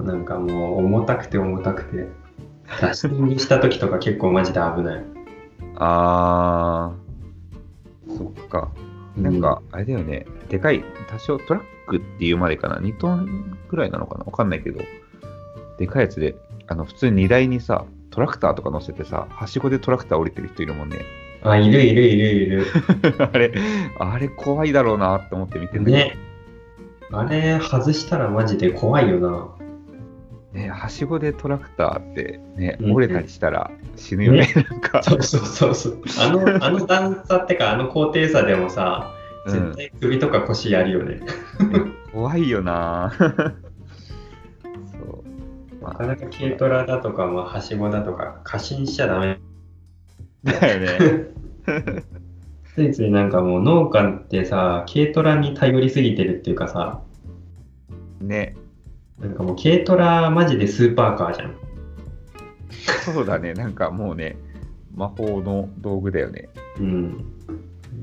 S1: うんなんかもう重たくて重たくて出しにした時とか結構マジで危ない
S2: あー、そっか。なんか、あれだよね、でかい、多少トラックっていうまでかな、2トンくらいなのかな、わかんないけど、でかいやつで、あの普通に荷台にさ、トラクターとか乗せてさ、はしごでトラクター降りてる人いるもんね。
S1: あいるいるいるいる
S2: あれ、あれ怖いだろうなって思って見てんだけ
S1: ね。あれ外したらマジで怖いよな。
S2: ど、ねはしごでトラクターって、ね、
S1: うん
S2: 折れたりしたら死ぬよね、なん か。
S1: そうそうそうそう。あの、あの段差ってか、あの高低差でもさ、
S2: う
S1: 絶
S2: ん、
S1: 対首とか腰やるよね。
S2: 怖いよな そう。
S1: なかなか軽トラだとか、まあ、はしごだとか、過信しちゃダメ。
S2: だよね。
S1: ついついなんかもう農家ってさ、軽トラに頼りすぎてるっていうかさ、
S2: ね、
S1: なんかもう軽トラマジでスーパーカーじゃん。
S2: そうだね、なんかもうね、魔法の道具だよね。
S1: うん。なん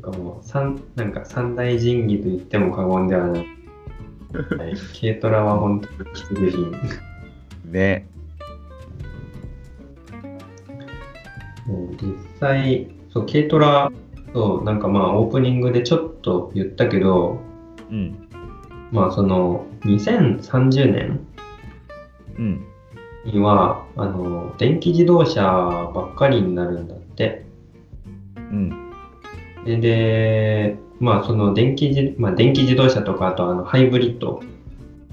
S1: かもう三、なんか三大神器と言っても過言ではない。はい軽トラは本当に必需品。
S2: ね。
S1: うん実際そう軽トラそうなんかまあオープニングでちょっと言ったけど
S2: うん。
S1: まあその2030年
S2: うん。
S1: にはあの電気自動車ばっかりになるんだって
S2: うん。
S1: ででまあその電気自、まあ、電気自動車とかあとあのハイブリッド、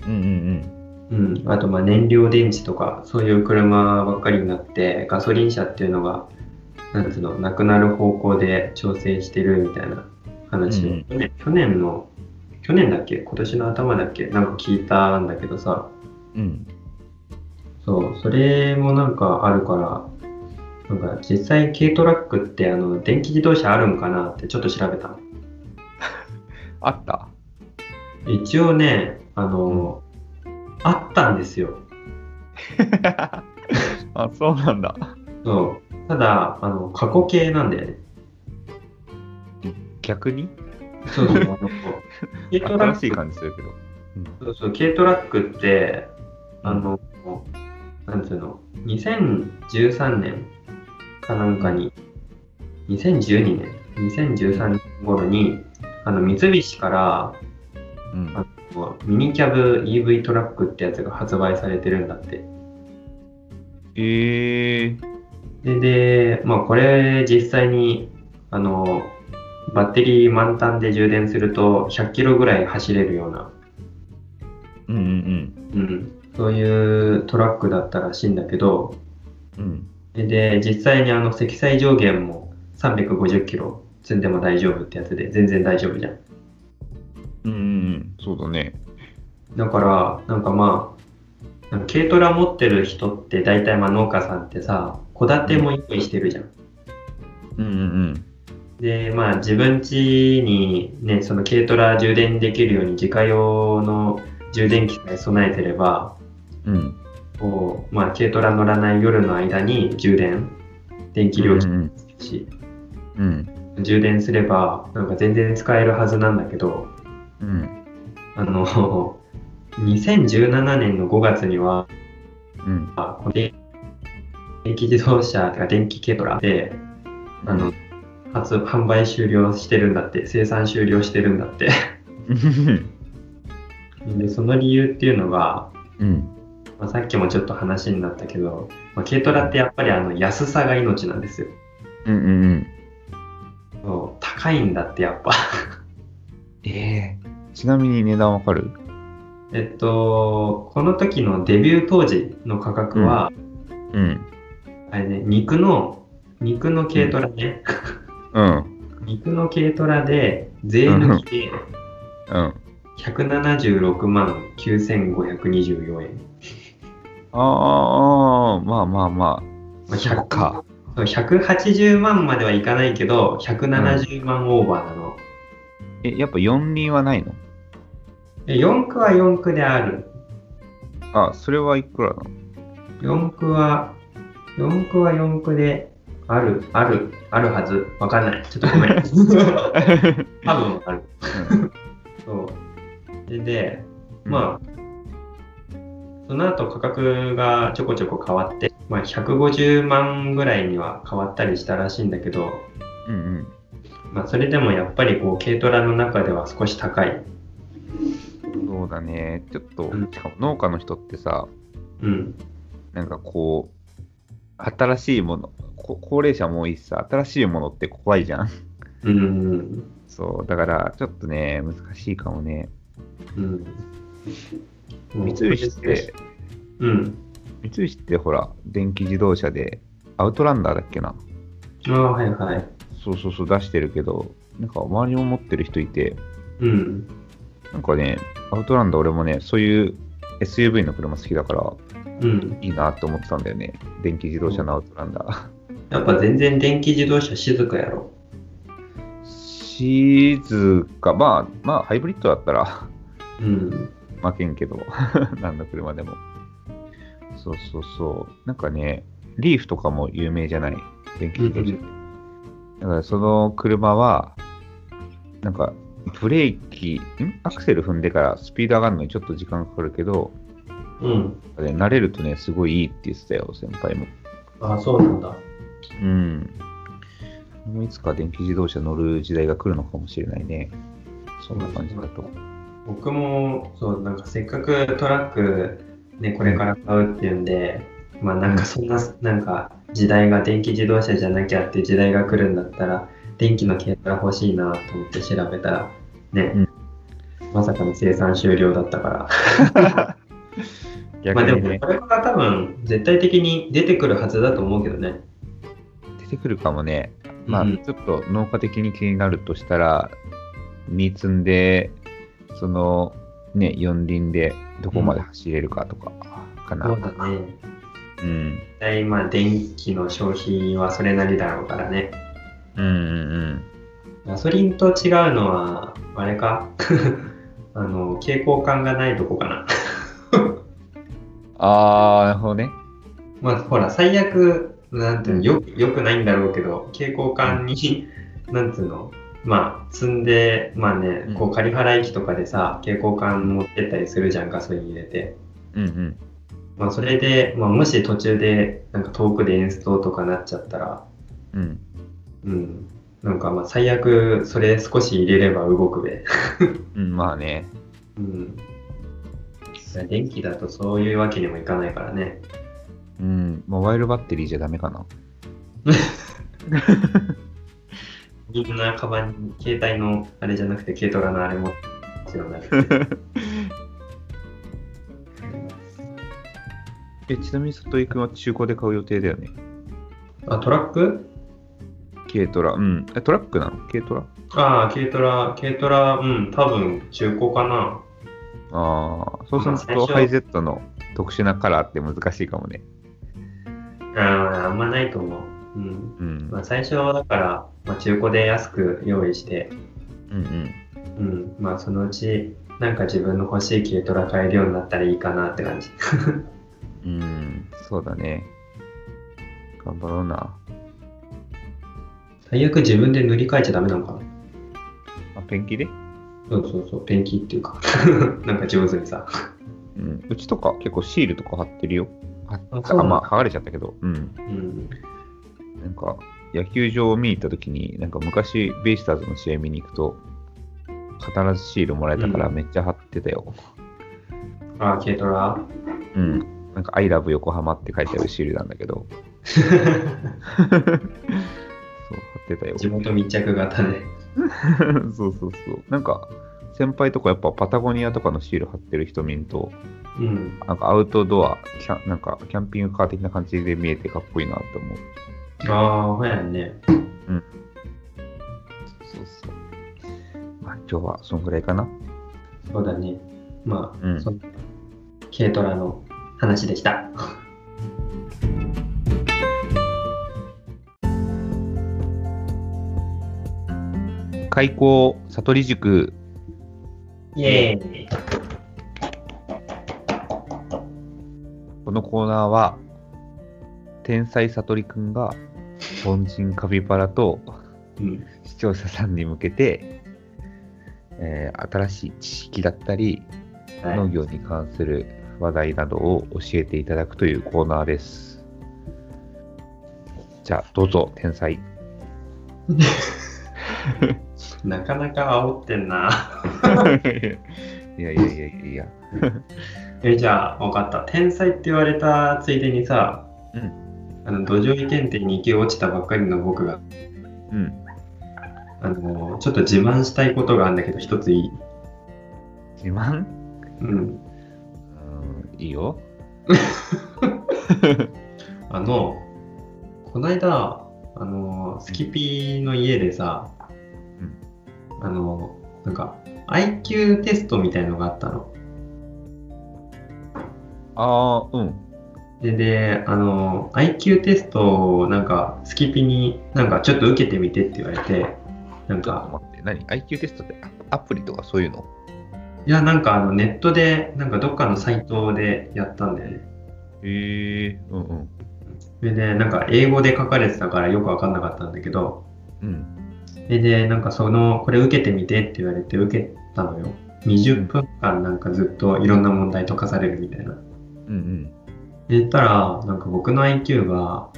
S2: うんうん
S1: うん、あとまあ燃料電池とかそういう車ばっかりになってガソリン車っていうのがなんつうのなくなる方向で調整してるみたいな話を、
S2: うん
S1: 去年去年の去年だっけ今年の頭だっけなんか聞いたんだけどさ
S2: うん。うん。
S1: そうそれもなんかあるからなんか実際軽トラックってあの電気自動車あるんかなってちょっと調べたの
S2: あった
S1: 一応ねあの、あったんですよ
S2: あ、そうなんだ。
S1: そうただあの過去形なんだよね
S2: 逆に
S1: そうそうあの軽トラ
S2: 新し
S1: ッ
S2: い
S1: ク
S2: 感じするけど。
S1: そうそう軽トラックってあのなんつうの2013年かなんかに2012年2013年頃にあの三菱から
S2: うん。
S1: こうミニキャブ EV トラックってやつが発売されてるんだって
S2: えー。
S1: でで、まあ、これ実際にあのバッテリー満タンで充電すると100キロぐらい走れるような
S2: うんうん
S1: うん、そういうトラックだったらしいんだけど、
S2: うん。うん。
S1: で、実際にあの積載上限も350キロ積んでも大丈夫ってやつで、全然大丈夫じゃん。
S2: うんうんうん。そうだね。
S1: だから、なんかまあ、でも軽トラ持ってる人って大体まあ農家さんってさ、戸建ても用意してるじゃん。
S2: うんうん
S1: で、まあ自分家にね、その軽トラ充電できるように自家用の充電器さえ備えてれば、
S2: うん。うん。
S1: こう、まあ軽トラ乗らない夜の間に充電、電気料
S2: う
S1: 金
S2: ん
S1: し、
S2: うん。
S1: 充電すればなんか全然使えるはずなんだけど、
S2: うん。
S1: あの、2017年の5月には、
S2: うん。
S1: この電電気自動車とか電気軽トラで、あの、発販売終了してるんだって、生産終了してるんだって。
S2: うん。
S1: で、その理由っていうのが、
S2: うん。
S1: まあ、さっきもちょっと話になったけど、まあ、軽トラってやっぱりあの安さが命なんですよ。
S2: うん。うん。
S1: そう高いんだってやっぱ。
S2: ええちなみに値段わかる
S1: えっと、この時のデビュー当時の価格は、
S2: うん。
S1: あれね、肉の、肉の軽トラね、
S2: うん。
S1: 肉の軽トラで税抜きで
S2: うん。
S1: 176万9524円。
S2: ああ、まあまあま
S1: まあ
S2: あ。そっか。
S1: そう180万まではいかないけど、170万オーバーなの。
S2: え、やっぱ四輪はないの
S1: で4区は4区である。
S2: あ、それはいくらな
S1: 4
S2: の
S1: 区は、4区は4区である、ある、あるはず。わかんない。ちょっとごめ ん。多分ある。 そう。で、でまあ、その後価格がちょこちょこ変わって、まあ、150万ぐらいには変わったりしたらしいんだけど、
S2: あ。うんうん。
S1: まあ、それでもやっぱりこう軽トラの中では少し高い。
S2: そうだね。ちょっと
S1: うん、
S2: しかも農家の人ってさ、
S1: うん。
S2: なんかこう、新しいもの、こ高齢者も多いしさ、新しいものって怖いじゃ ん。
S1: うんうん
S2: そう、だからちょっとね、難しいかもね。
S1: うん。うん。
S2: 三菱って、
S1: うん。
S2: 三菱ってほら、電気自動車で、アウトランダーだっけな。
S1: ああ、はいはい。
S2: そうそうそう、出してるけど、なんか周りも持ってる人いて、
S1: うん。
S2: なんかね、アウトランダー俺もね、そういう SUV の車好きだから、
S1: うん。
S2: いいなと思ってたんだよね。電気自動車のアウトランダ
S1: やっぱ全然電気自動車静かやろ。
S2: ー。静か、まあ、まあ、ハイブリッドだったら
S1: うん。
S2: 負けんけど、 何の車でも。そうそうそう。なんかね、リーフとかも有名じゃない、電気自動車
S1: う。
S2: だからその車は、なんか、ブレーキ、んアクセル踏んでからスピード上がるのにちょっと時間かかるけど、
S1: うん。
S2: ね慣れるとね、すごいいいって言ってたよ、先輩も。
S1: ああ、そうなんだ。
S2: うん。いつか電気自動車乗る時代が来るのかもしれないね。そんな感じだと。
S1: 僕も、そう、なんかせっかくトラック、ね、これから買うっていうんで、まあなんかそんな、なんか時代が電気自動車じゃなきゃっていう時代が来るんだったら、電気の軽トラ欲しいなと思って調べたら、ね、
S2: うん
S1: まさかの生産終了だったから。ま
S2: 逆
S1: あで
S2: に
S1: も、
S2: ね、
S1: これから多分、絶対的に出てくるはずだと思うけどね。
S2: 出てくるかもね。まあ、
S1: うん
S2: ちょっと農家的に気になるとしたら、2積んで、その、ね、4輪でどこまで走れるかとか、かな。
S1: そうだね。
S2: うん。
S1: 絶対、まあ電気の消費はそれなりだろうからね。
S2: うんうんうん。
S1: ガソリンと違うのは、あれか あの、蛍光感がないとこかな。
S2: あー、なるほどね。
S1: まあ、ほら、最悪、なんていうの、よよくないんだろうけど、蛍光感に、なんていうの、まあ、積んで、まあね、こ
S2: う
S1: う、仮払い機とかでさ、蛍光感持ってったりするじゃん、ガソリン入れて。
S2: うんうん。
S1: まあ、それで、まあ、もし途中で、なんか遠くで演奏とかなっちゃったら、
S2: うん。
S1: うん、なんかまあ、最悪、それ少し入れれば動くべ。
S2: うん、まあね。
S1: うん。電気だとそういうわけにもいかないからね。
S2: うん。モバイルバッテリーじゃダメかな。
S1: みんなカバンに、携帯のあれじゃなくて軽トラのあれも、もちろんなくて。
S2: え、ちなみに里井くんは中古で買う予定だよね。
S1: あ、トラック
S2: 軽トラ。うん。え、トラックなの軽トラ
S1: ああ、軽トラ、軽トラ、うん、多分中古かな。
S2: ああ、そうす
S1: まあ最
S2: ると
S1: 初
S2: ハイゼットの特殊なカラーって難しいかもね。
S1: ああ、あんまないと思う。うん。
S2: うん。
S1: まあ、最初はだから、まあ、中古で安く用意して、
S2: うん
S1: うん。まあ、そのうち、なんか自分の欲しい軽トラ買えるようになったらいいかなって感じ。
S2: うん。うん、そうだね。頑張ろうな。
S1: 最悪自分で塗り替えちゃダメなのかな
S2: あ、ペンキで
S1: そうそうそう、ペンキっていうか、 なんか上手にさ。
S2: うん。うちとか結構シールとか貼ってるよ。貼
S1: あ
S2: っ
S1: そう
S2: あ、
S1: なんだ
S2: まあ、剥がれちゃったけど。うん。
S1: うん。
S2: なんか、野球場を見に行った時に、なんか昔、ベイスターズの試合見に行くと、必ずシールもらえたから
S1: うん
S2: めっちゃ貼ってたよ。
S1: ああ、軽ト ラ
S2: うん。なんか、I love 横浜って書いてあるシールなんだけど、そう、貼っ てたよ。
S1: 地元密着型で。
S2: そうそうそう。なんか、先輩とかやっぱパタゴニアとかのシール貼ってる人見ると、
S1: うん。
S2: なんかアウトドア、キャンなんかキャンピングカー的な感じで見えてかっこいいなと思う。
S1: ああ、ほやんね。
S2: そうそう。まあ今日はそんぐらいかな。
S1: そうだね。まあ、
S2: うん
S1: そ軽トラの話でした。
S2: 開校、悟り塾。
S1: イエーイ。
S2: このコーナーは、天才悟りくんが凡人カピバラと
S1: うん。
S2: 視聴者さんに向けて、えー新しい知識だったり、農
S1: はい。
S2: 業に関する話題などを教えていただくというコーナーです。じゃあ、どうぞ、天才。
S1: なかなか煽ってんな。
S2: いやいやいやいや。
S1: え、じゃあ、わかった。天才って言われたついでにさ、
S2: う
S1: あの、土壌医検定に行き落ちたばっかりの僕が、
S2: うん。
S1: あの、ちょっと自慢したいことがあるんだけど、一ついい。
S2: 自慢
S1: うん。
S2: うん、いいよ。
S1: あの、こないだ、あの、スキピーの家でさ、
S2: ん
S1: あの、なんか、IQ テストみたいのがあったの。
S2: ああ、うん。
S1: で、で、あの、IQ テストを、なんか、スキピに、なんか、ちょっと受けてみてって言われて、なん
S2: ちょっと
S1: か、
S2: 待って、何 ?IQ テストってアアプリとかそういうの
S1: いや、なんか、あの、ネットで、なんか、どっかのサイトでやったんだよね。
S2: へえうんうん。
S1: それで、なんか、英語で書かれてたからよくわかんなかったんだけど、
S2: うん。
S1: それで、なんか、その、これ受けてみてって言われて受けたのよ。20分間、なんか、ずっといろんな問題解かされるみたいな。
S2: うん
S1: で言ったら、なんか僕の IQ が、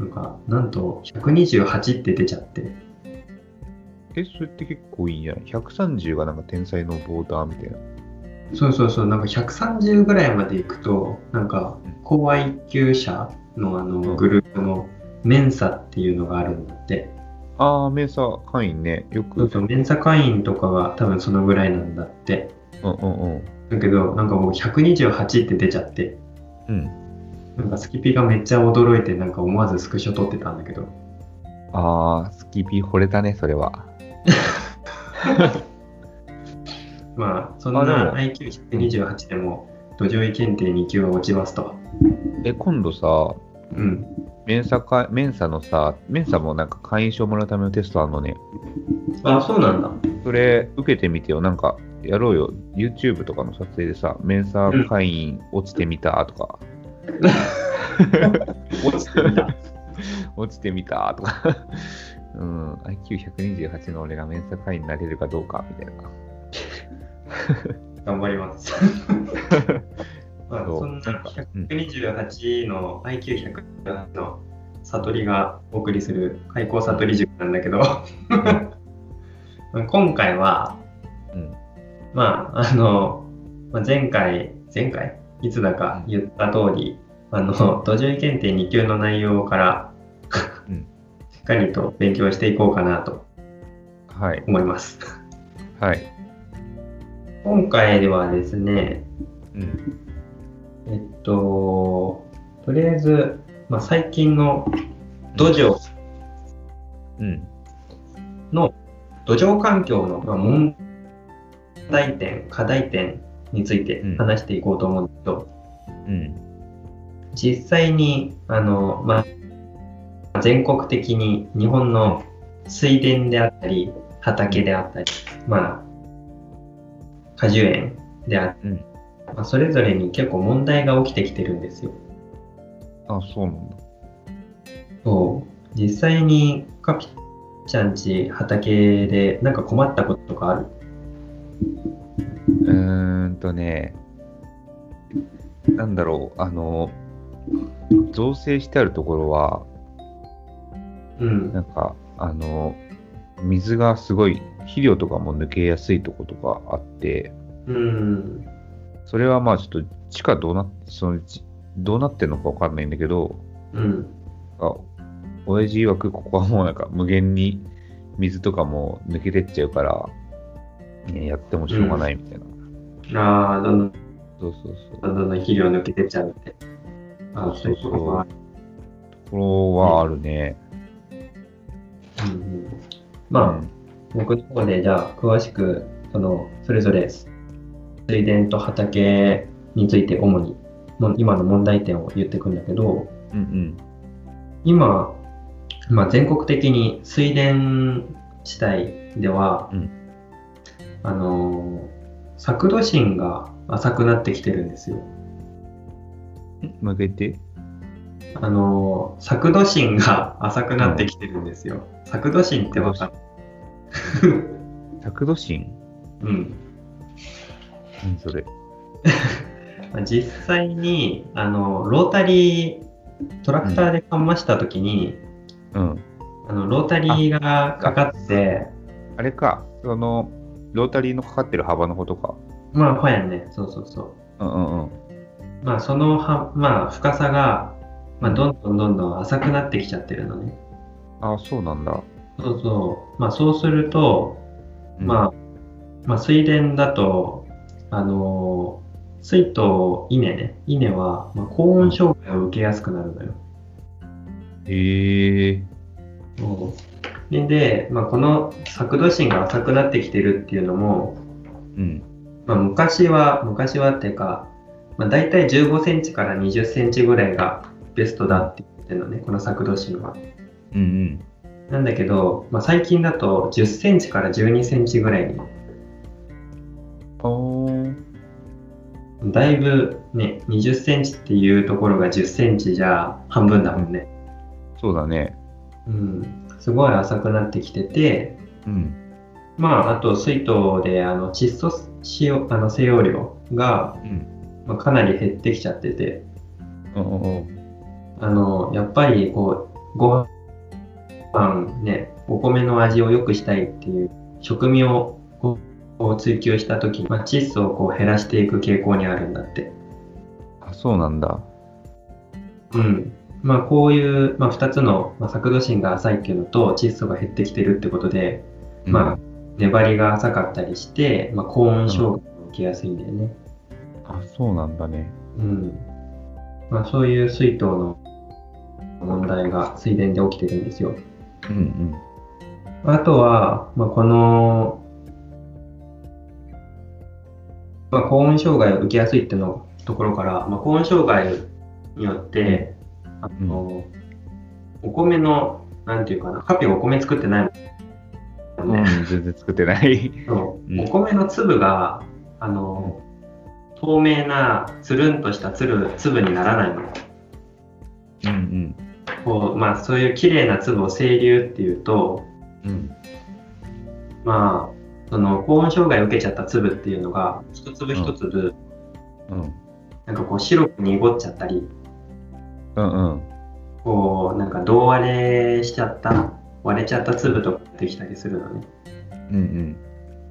S1: なんか、なんと128って出ちゃって。
S2: うん。え、それって結構いいやん。130がなんか天才のボーダーみたいな。
S1: そうそうそう、なんか130ぐらいまで行くと、なんか
S2: うん、
S1: 高 IQ 者のあ
S2: う
S1: の
S2: ん
S1: グループのメンサっていうのがあるんだって。
S2: ああ、メンサー会員ね。よく。
S1: そうそう、メンサ会員とかは多分そのぐらいなんだって。
S2: うんうんうん。
S1: だけど、なんかもう128って出ちゃって、
S2: うん。
S1: なんかスキピがめっちゃ驚いて、なんか思わずスクショ撮ってたんだけど。
S2: ああ、スキピー惚れたね、それは。
S1: まあ、そん
S2: あで
S1: な
S2: も
S1: IQ128 でも、土壌医検定2級は落ちますと。
S2: え、今度さ、
S1: うん。
S2: メンサか、メンサのさ、メンサもなんか会員証もらうためのテストあんのね。
S1: あ、そうなんだ。
S2: それ、受けてみてよ。なんか、やろうよ。YouTube とかの撮影でさ、メンサ会員落ちてみたとか、
S1: 落ちてみた。
S2: 落ちてみたとか。うん、IQ128 の俺がメンサ会員になれるかどうか、みたいな。
S1: 頑張り ます。まあ、
S2: そう
S1: そんな
S2: うん
S1: 128の IQ128 の悟りがお送りする開口悟り塾なんだけど、今回は、
S2: うん。
S1: まあ、あの、まあ前回、前回、いつだか言った通り、あの、途中検定2級の内容から、
S2: うん
S1: しっかりと勉強していこうかなと
S2: はい。
S1: 思います。
S2: はい。
S1: 今回ではですね、
S2: うん。
S1: えっと、とりあえず、まあ、最近の土壌
S2: うん。
S1: の、土壌環境の、まあ、問題点、課題点について話していこうと思うんですけど、
S2: うん。
S1: 実際にあの、まあ、全国的に日本の水田であったり畑であったり、まあ、果樹園であったり、
S2: うん
S1: まあ、それぞれに結構問題が起きてきてるんですよ。
S2: あ、そうなんだ。
S1: そう実際にカピちゃんち畑でなんか困ったこととかある
S2: うーんとね、なんだろう、あの、造成してあるところは、
S1: うん。
S2: なんか、あの、水がすごい、肥料とかも抜けやすいとことかあって、
S1: うん。
S2: それはまあちょっと地下どうなっそのじどうなってんのかわかんないんだけど、
S1: うん。
S2: あ親父曰くここはもうなんか無限に水とかも抜けてっちゃうから、ね、やってもしょうがないみたいな。
S1: ああ、どんどん
S2: そうそう
S1: ど
S2: そ
S1: ん
S2: う。
S1: どん肥料抜けてっちゃうって。ああ、そういうことか。
S2: ところはあるね。
S1: うんうん、まあ、僕の方でじゃあ詳しくそのそれぞれ水田と畑について主にもう今の問題点を言っていくんだけど
S2: うんうん
S1: 今、まあ、全国的に水田地帯では、
S2: うん
S1: あの作土心が浅くなってきてるんですよ。
S2: うん。向けて
S1: あの作土心が浅くなってきてるんですよ。作土心ってわかる
S2: 作土心
S1: うん
S2: 何それ
S1: まあ実際にあのロータリートラクターでかました時に、
S2: うん。
S1: あのロータリーがかかって
S2: あれか、その、ロータリーのかかってる幅のことか。
S1: まあほやねそうそうそう
S2: うんうんうん。
S1: まあそのは、まあ、深さが、まあ、どんどんどんどん浅くなってきちゃってるのね
S2: あ、そうなんだ。
S1: そうそうまあそうすると、
S2: うん
S1: まあ、まあ水田だとあの水と稲ね稲は、まあ、高温障害を受けやすくなるのよ
S2: へ
S1: う
S2: え。
S1: んで、まあ、この作動心が浅くなってきてるっていうのも、
S2: うん。
S1: まあ、昔は昔はっていうか、まあ、大体15センチから20センチぐらいがベストだって言ってるのねこの作動心は。
S2: うん
S1: なんだけど、まあ、最近だと10センチから12センチぐらいに
S2: うん。おー。
S1: だいぶね20センチっていうところが10センチじゃ半分だもんね。
S2: そうだね。
S1: うん、すごい浅くなってきてて
S2: うん。
S1: まあ、あと水筒であの窒素使用あの静養量が、
S2: うん。
S1: まあ、かなり減ってきちゃってて
S2: うんうん
S1: あのやっぱりこうご飯ねお米の味を良くしたいっていう食味をこうこう追求した時に、まあ、窒素をこう減らしていく傾向にあるんだって、
S2: あ、そうなんだ。
S1: うんまあ、こういう、まあ、2つの、まあ、作動心が浅いっていうのと窒素が減ってきてるってことで
S2: うん
S1: まあ粘りが浅かったりして、まあ、高温障害を受けやすいんだよね、
S2: あ、そうなんだね。
S1: うんまあ、そういう水筒の問題が水田で起きてるんですよ。
S2: うん
S1: あとは、まあ、この、まあ、高温障害を受けやすいっていうのところから、まあ、高温障害によって、あのお米の、なんていうかな、カピはお米作ってないの
S2: うん。う
S1: ね、
S2: ん、全然作ってない。
S1: そう
S2: うん
S1: お米の粒が、あの、透明な、つるんとした粒粒にならないの。
S2: うん
S1: こうまあ、そういう綺麗な粒を清流っていうと、
S2: うん。うん。
S1: まあ、その高温障害を受けちゃった粒っていうのが一粒一粒、
S2: うん。
S1: なんかこう白く濁っちゃったり
S2: うんうん。
S1: こうなんか胴割れしちゃった割れちゃった粒とかできたりするのね
S2: うん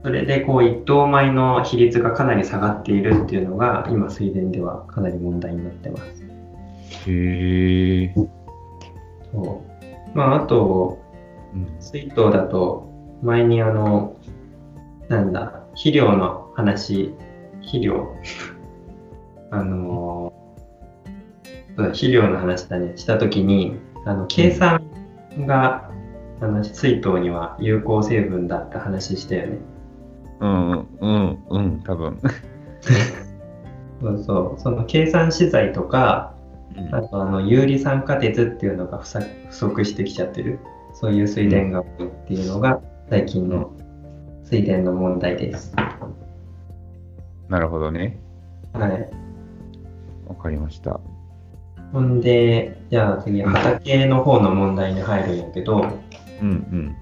S1: それでこう一等米の比率がかなり下がっているっていうのが今水田ではかなり問題になってます
S2: うん。へえ。
S1: そう、まあ、あと
S2: うん
S1: 水筒だと前にあのなんだ肥料の話肥料 あのそうだ肥料の話だねした時にあの計算が、あの水筒には有効成分だって話したよね
S2: うんうんうんうん。多分。
S1: そうそう。その計算資材とか、
S2: うん
S1: あとあの有利酸化鉄っていうのが不足不足してきちゃってる。そういう水田が多いっていうのが最近の水田の問題です。
S2: なるほどね。
S1: はい。
S2: わかりました。
S1: ほんで、じゃあ次、畑の方の問題に入るんやけど、
S2: うん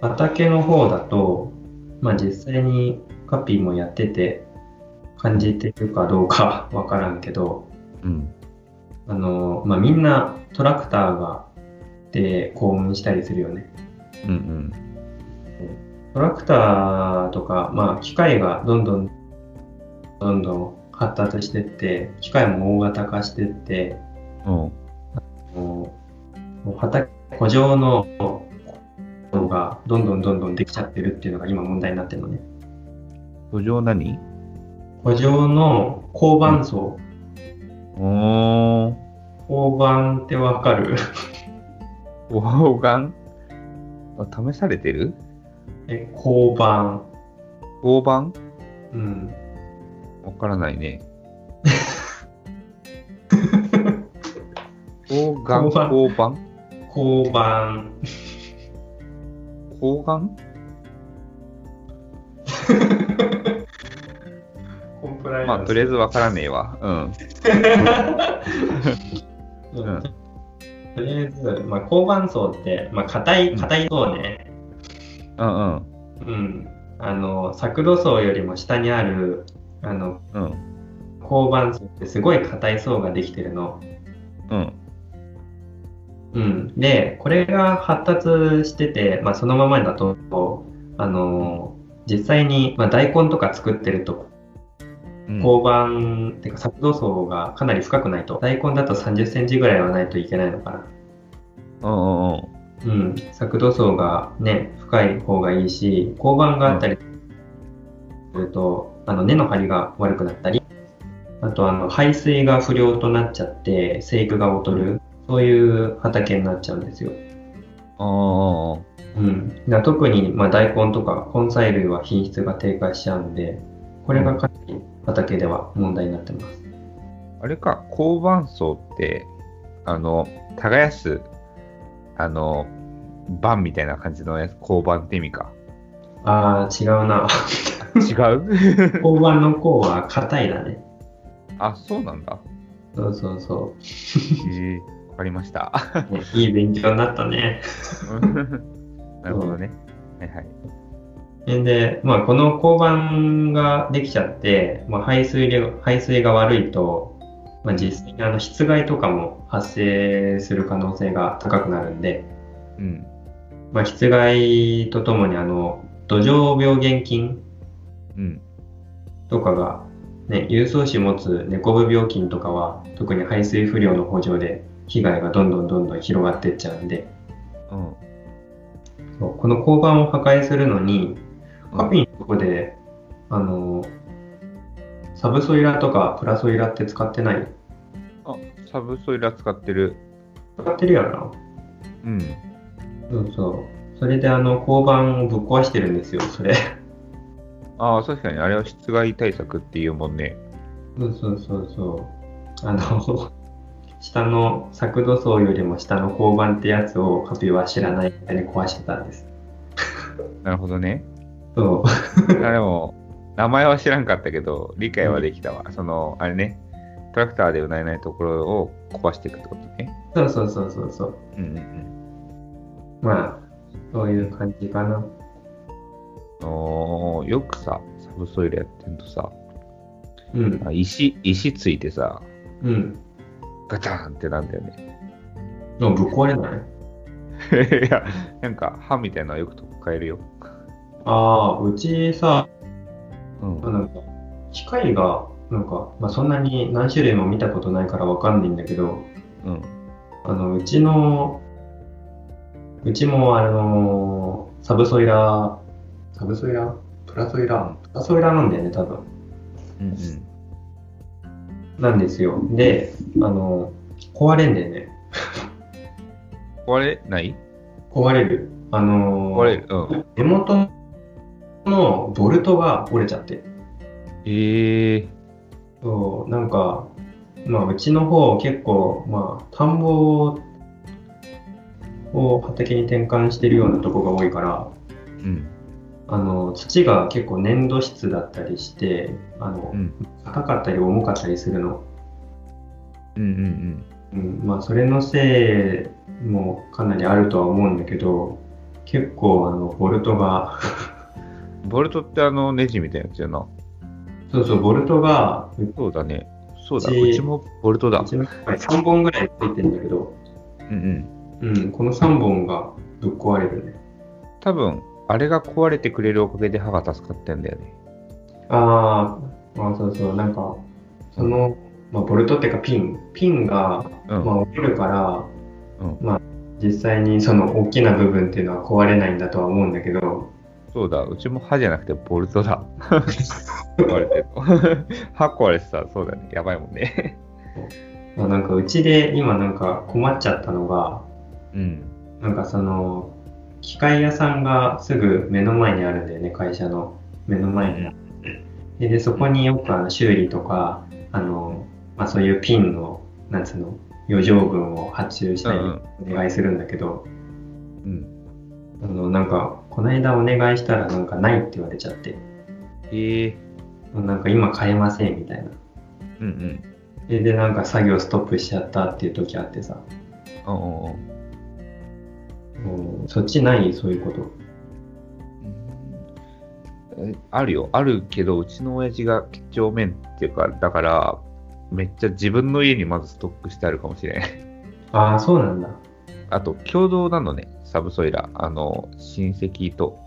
S1: 畑の方だと、まあ実際にカピーもやってて感じてるかどうか わからんけど、
S2: うん。う
S1: あ
S2: ん。
S1: の、まあみんなトラクターが、で、幸運したりするよね。
S2: うんうん。
S1: トラクターとか、まあ、機械がどんどんどんどん発達してって機械も大型化してって
S2: おう
S1: もうもう畑古城ののがどんどんどんどんできちゃってるっていうのが今問題になってるのね
S2: 土壌何
S1: 古城の交番層
S2: おー。
S1: 交番ってわかる
S2: おがんあ試されてる
S1: え交番
S2: 合板
S1: うん
S2: わからない ね。抗がん
S1: 交番
S2: 抗板
S1: 交番
S2: 抗がん
S1: コンプライアンス
S2: まあ、とりあえずわからねえわ。うん。
S1: うん
S2: うん
S1: とりあえず、まあ、交番層って、まあ、硬い、硬い層ね、
S2: うんうん。
S1: うん、あの作土層よりも下にあるあの
S2: うん。
S1: 交番層ってすごい硬い層ができてるの。
S2: うん。
S1: うん、でこれが発達してて、まあ、そのままだとあの実際に、まあ、大根とか作ってると
S2: うん
S1: 交番、ってか作土層がかなり深くないと大根だと3 0センチぐらいはないといけないのかな。
S2: うんうんうん。
S1: うん、作土層がね深い方がいいし交番があったりすると、あの根の張りが悪くなったりあとあの排水が不良となっちゃって生育が劣るそういう畑になっちゃうんですよ、
S2: ああ。
S1: うん、だから特に、まあ、大根とか根菜類は品質が低下しちゃうんでこれがかなり畑では問題になってます
S2: あれか、交番層って、あの、耕す、あの、番みたいな感じのやつ、交番って意味か。
S1: あー違うな
S2: 違う
S1: 交番の甲は硬いだね
S2: あ、そうなんだ。
S1: そうそうそ
S2: えー、わかりました。
S1: う、ねいい勉強になったね
S2: なるほどね。はいはい。
S1: で、まあ、この交番ができちゃって、まあ、排水量排水が悪いと、まあ、実際にあの室外とかも発生する可能性が高くなるんで、
S2: うん。
S1: まあ、室外とともにあの土壌病原菌
S2: うん。
S1: とかが、ね、有草種持つ猫部病菌とかは特に排水不良の補助で被害がどんどんどんどん広がっていっちゃうんで
S2: うん。
S1: そうこの交番を破壊するのにカピンのとこで、あの、サブソイラとかプラソイラって使ってない
S2: あ、サブソイラ使ってる。
S1: 使ってるやろ
S2: うん。
S1: な。そうそう。それであの、交番をぶっ壊してるんですよ、それ。
S2: ああ、確かに、あれは室外対策っていうもんね。
S1: そうそうそうそう。あの、 下の作土層よりも下の交番ってやつをカピは知らない間に壊してたんです。
S2: なるほどね。
S1: そう。
S2: あでも、名前は知らんかったけど、理解はできたわ。その、あれね、トラクターでうないないところを壊していくってことね。
S1: そうそうそうそうそう。
S2: うんうんうん
S1: まあ、そういう感じかな。
S2: あのー。よくさ、サブソイルやってるとさ、
S1: うん。
S2: あ石、石ついてさ、
S1: うん。
S2: ガチャンってなんだよね。
S1: でもぶっ壊れない
S2: いや、なんか歯みたいなのはよくとっかえるよ。
S1: ああ、うちさ、
S2: うん。
S1: まあなんか機械がなんか、まあ、そんなに何種類も見たことないからわかんないんだけど
S2: うん。
S1: あのうちのうちもあのサブソイラーサブソイラープラソイラープラソイラーなんだよね多分
S2: うん
S1: なんですよであの壊れんだよね
S2: うん。壊れない
S1: 壊れるあの
S2: 壊れる。うん。
S1: 根元のボルトが折れちゃって
S2: ええ
S1: そう、なんか、まあ、うちの方結構、まあ、田んぼを畑に転換してるようなとこが多いから、
S2: うん。
S1: あの、土が結構粘土質だったりして、あの
S2: う、ん。
S1: 硬かったり重かったりするの。
S2: うんうん
S1: うん、まあ、それのせいもかなりあるとは思うんだけど、結構、あの、ボルトが、
S2: うん。ボルトってあの、ネジみたいなやつやな。
S1: そうそう、ボルトが、
S2: そうだね。そうだ。
S1: うち
S2: うちもボルトだ
S1: う。ちの3本ぐらいついてんだけど、
S2: うんうん。
S1: うん、この3本がぶっ壊れるね。
S2: 多分、あれが壊れてくれるおかげで歯が助かってんだよね。
S1: あーまあ、そうそう、なんか、その、まあ、ボルトっていうかピン、ピンが、
S2: うん。
S1: まあ、折れるから、
S2: うん
S1: まあ、実際にその大きな部分っていうのは壊れないんだとは思うんだけど、
S2: そうだ。うちも歯じゃなくてボルト だ。壊れてる。 歯壊れてた。そうだね。やばいもんね。
S1: まあ、なんかうちで今なんか困っちゃったのが、
S2: うん。
S1: なんかその、機械屋さんがすぐ目の前にあるんだよね、会社の目の前に。で、でそこによくあの修理とか、あの、まあ、そういうピンの、なんつうの、余剰分を発注したり
S2: うん
S1: お願いするんだけど、
S2: うん。
S1: あの、なんか、この間お願いしたらなんかないって言われちゃって、
S2: ええ
S1: なんか今買えませんみたいな。
S2: うんうん。
S1: で、でなんか作業ストップしちゃったっていう時あってさ、
S2: うんうんうん。
S1: もうそっちないそういうこと。
S2: えあるよ、あるけど、うちの親父が几帳面っていうか、だから、めっちゃ自分の家にまずストックしてあるかもしれん。
S1: ああ、そうなんだ。
S2: あと、共同なのね、サブソイラ。あの、親戚と。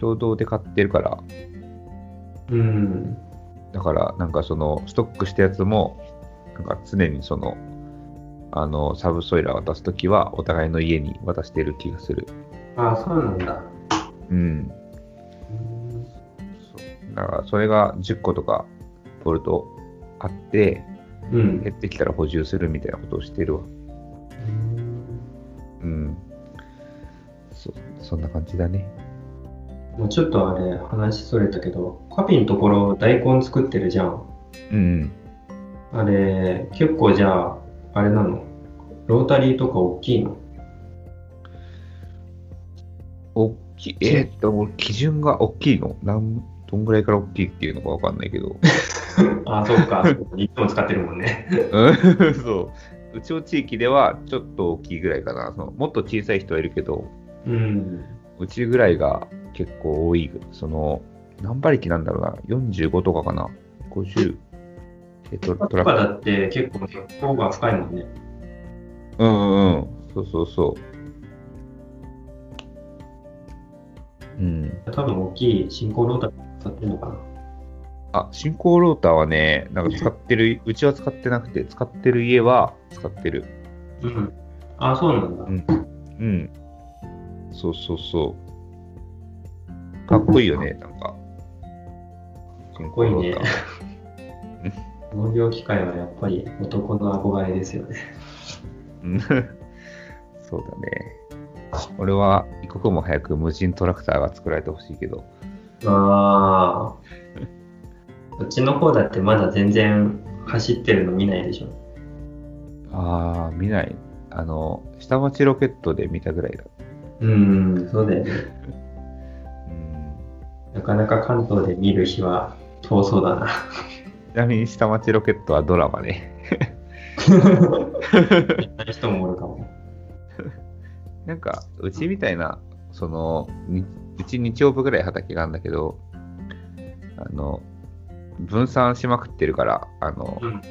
S2: 共同で買ってるから、
S1: うん。
S2: だから、なんかその、ストックしたやつも、なんか常にその、あの、サブソイラ渡すときは、お互いの家に渡してる気がする。
S1: ああ、そうなんだ。
S2: うん。
S1: うん
S2: そうだからそれが10個とかボルトあって
S1: うん。
S2: 減ってきたら補充するみたいなことをしてるわうんそそんな感じだね
S1: もうちょっとあれ、話それたけど、カピのところ大根作ってるじゃん。
S2: うん
S1: あれ、結構じゃあ、あれなのロータリーとか大きいの
S2: 大きいえーっと俺基準が大きいのなんどんぐらいから大きいっていうのかわかんないけど
S1: ああ、そうか。そうかいつも使ってるもんね。
S2: うん そううちの地域ではちょっと大きいぐらいかなそのもっと小さい人はいるけど
S1: うん。
S2: うちぐらいが結構多いその何馬力なんだろうな45とかかな50えっと
S1: と
S2: トラッ
S1: か
S2: ク
S1: だって結構根っこが深いもんね。
S2: うんうんうん。そうそうそう。うん。
S1: 多分大きい進行ロータリー使ってるのかな。
S2: あ、進行ローターはね、なんか使ってる、 うちは使ってなくて、使ってる家は使ってる。
S1: うん。ああ、そうなんだ。
S2: うん。そうそうそう。かっこいいよね、なんか。かっ
S1: こいいね農業機械はやっぱり男の憧れですよね。
S2: うん そうだね。俺は一刻も早く無人トラクターが作られてほしいけど。
S1: ああ。こっちの方だってまだ全然走ってるの見ないでしょ。
S2: ああ、見ない。あの、下町ロケットで見たぐらいだ。
S1: うん、そうだよね。
S2: う
S1: な
S2: ん
S1: かなか関東で見る日は遠そうだ な。
S2: ちなみに下町ロケットはドラマね。
S1: 知らない人もおるかも。
S2: なんか、うちみたいな、その、にうち日曜日ぐらい畑があるんだけど、あの、分散しまくってるから、あの、
S1: うん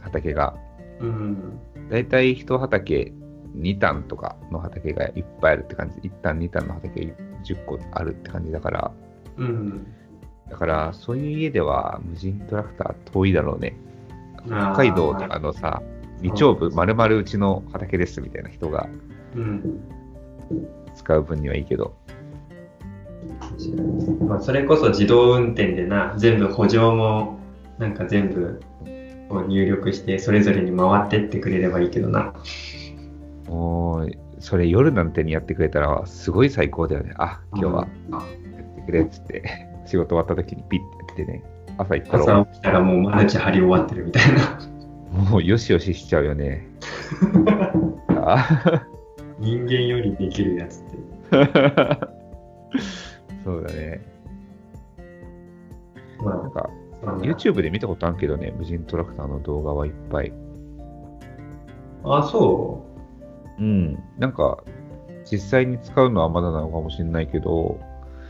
S2: 畑が。
S1: うん。
S2: だいたい一畑2単とかの畑がいっぱいあるって感じ。1単2単の畑10個あるって感じだから、
S1: うん。
S2: だから、そういう家では無人トラクター遠いだろうね。
S1: あー
S2: 北海道とかのさ、
S1: い
S2: 日曜部丸々うちの畑ですみたいな人が
S1: うん。
S2: 使う分にはいいけど、
S1: 確かにまあ、それこそ自動運転でな、全部補助も、なんか全部こう入力して、それぞれに回ってってくれればいいけどな。
S2: もう、それ夜なんてにやってくれたら、すごい最高だよね。あ、今日は、やってくれっつって。 仕事終わった時にピッてやってね、朝行ったら
S1: 朝、起きたらもうマルチ張り終わってるみたいな。
S2: もうよしよししちゃうよね。あ
S1: 人間よりできるやつって。
S2: そうだね。
S1: ま
S2: なん
S1: あ、
S2: か、
S1: そんな
S2: YouTube で見たことあるけどね、無人トラクターの動画はいっぱい。
S1: あ、そ
S2: うん。なんか、実際に使うのはまだなのかもしれないけど、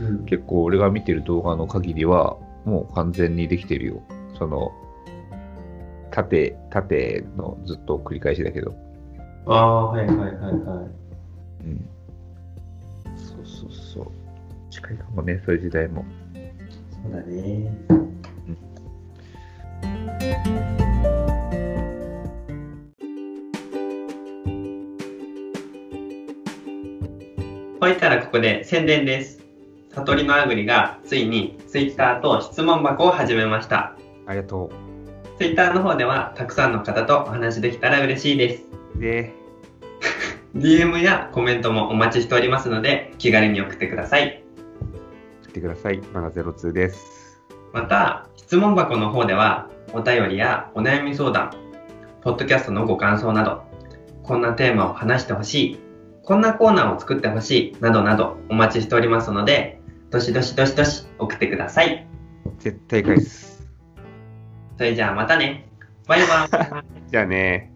S1: う、うん、
S2: 結構俺が見てる動画の限りはもう完全にできてるよその縦縦のずっと繰り返しだけど、
S1: ああ、はいはいはいはい。
S2: うん、そうそうそう近いかもねそういう時代も
S1: そうだね。そいたらここで宣伝です。悟りのあぐりがついに Twitter と質問箱を始めました。
S2: ありがと
S1: Twitter の方ではたくさんの方とお話できたら嬉しいです。
S2: うで
S1: DM やコメントもお待ちしておりますので気軽に送ってください。
S2: 送ってくださいまだ02です
S1: また質問箱の方ではお便りやお悩み相談ポッドキャストのご感想などこんなテーマを話してほしいこんなコーナーを作ってほしいなどなどお待ちしておりますのでどしどしどしどし送ってください
S2: 絶対返す
S1: それじゃあまたねバイバイ
S2: じゃあね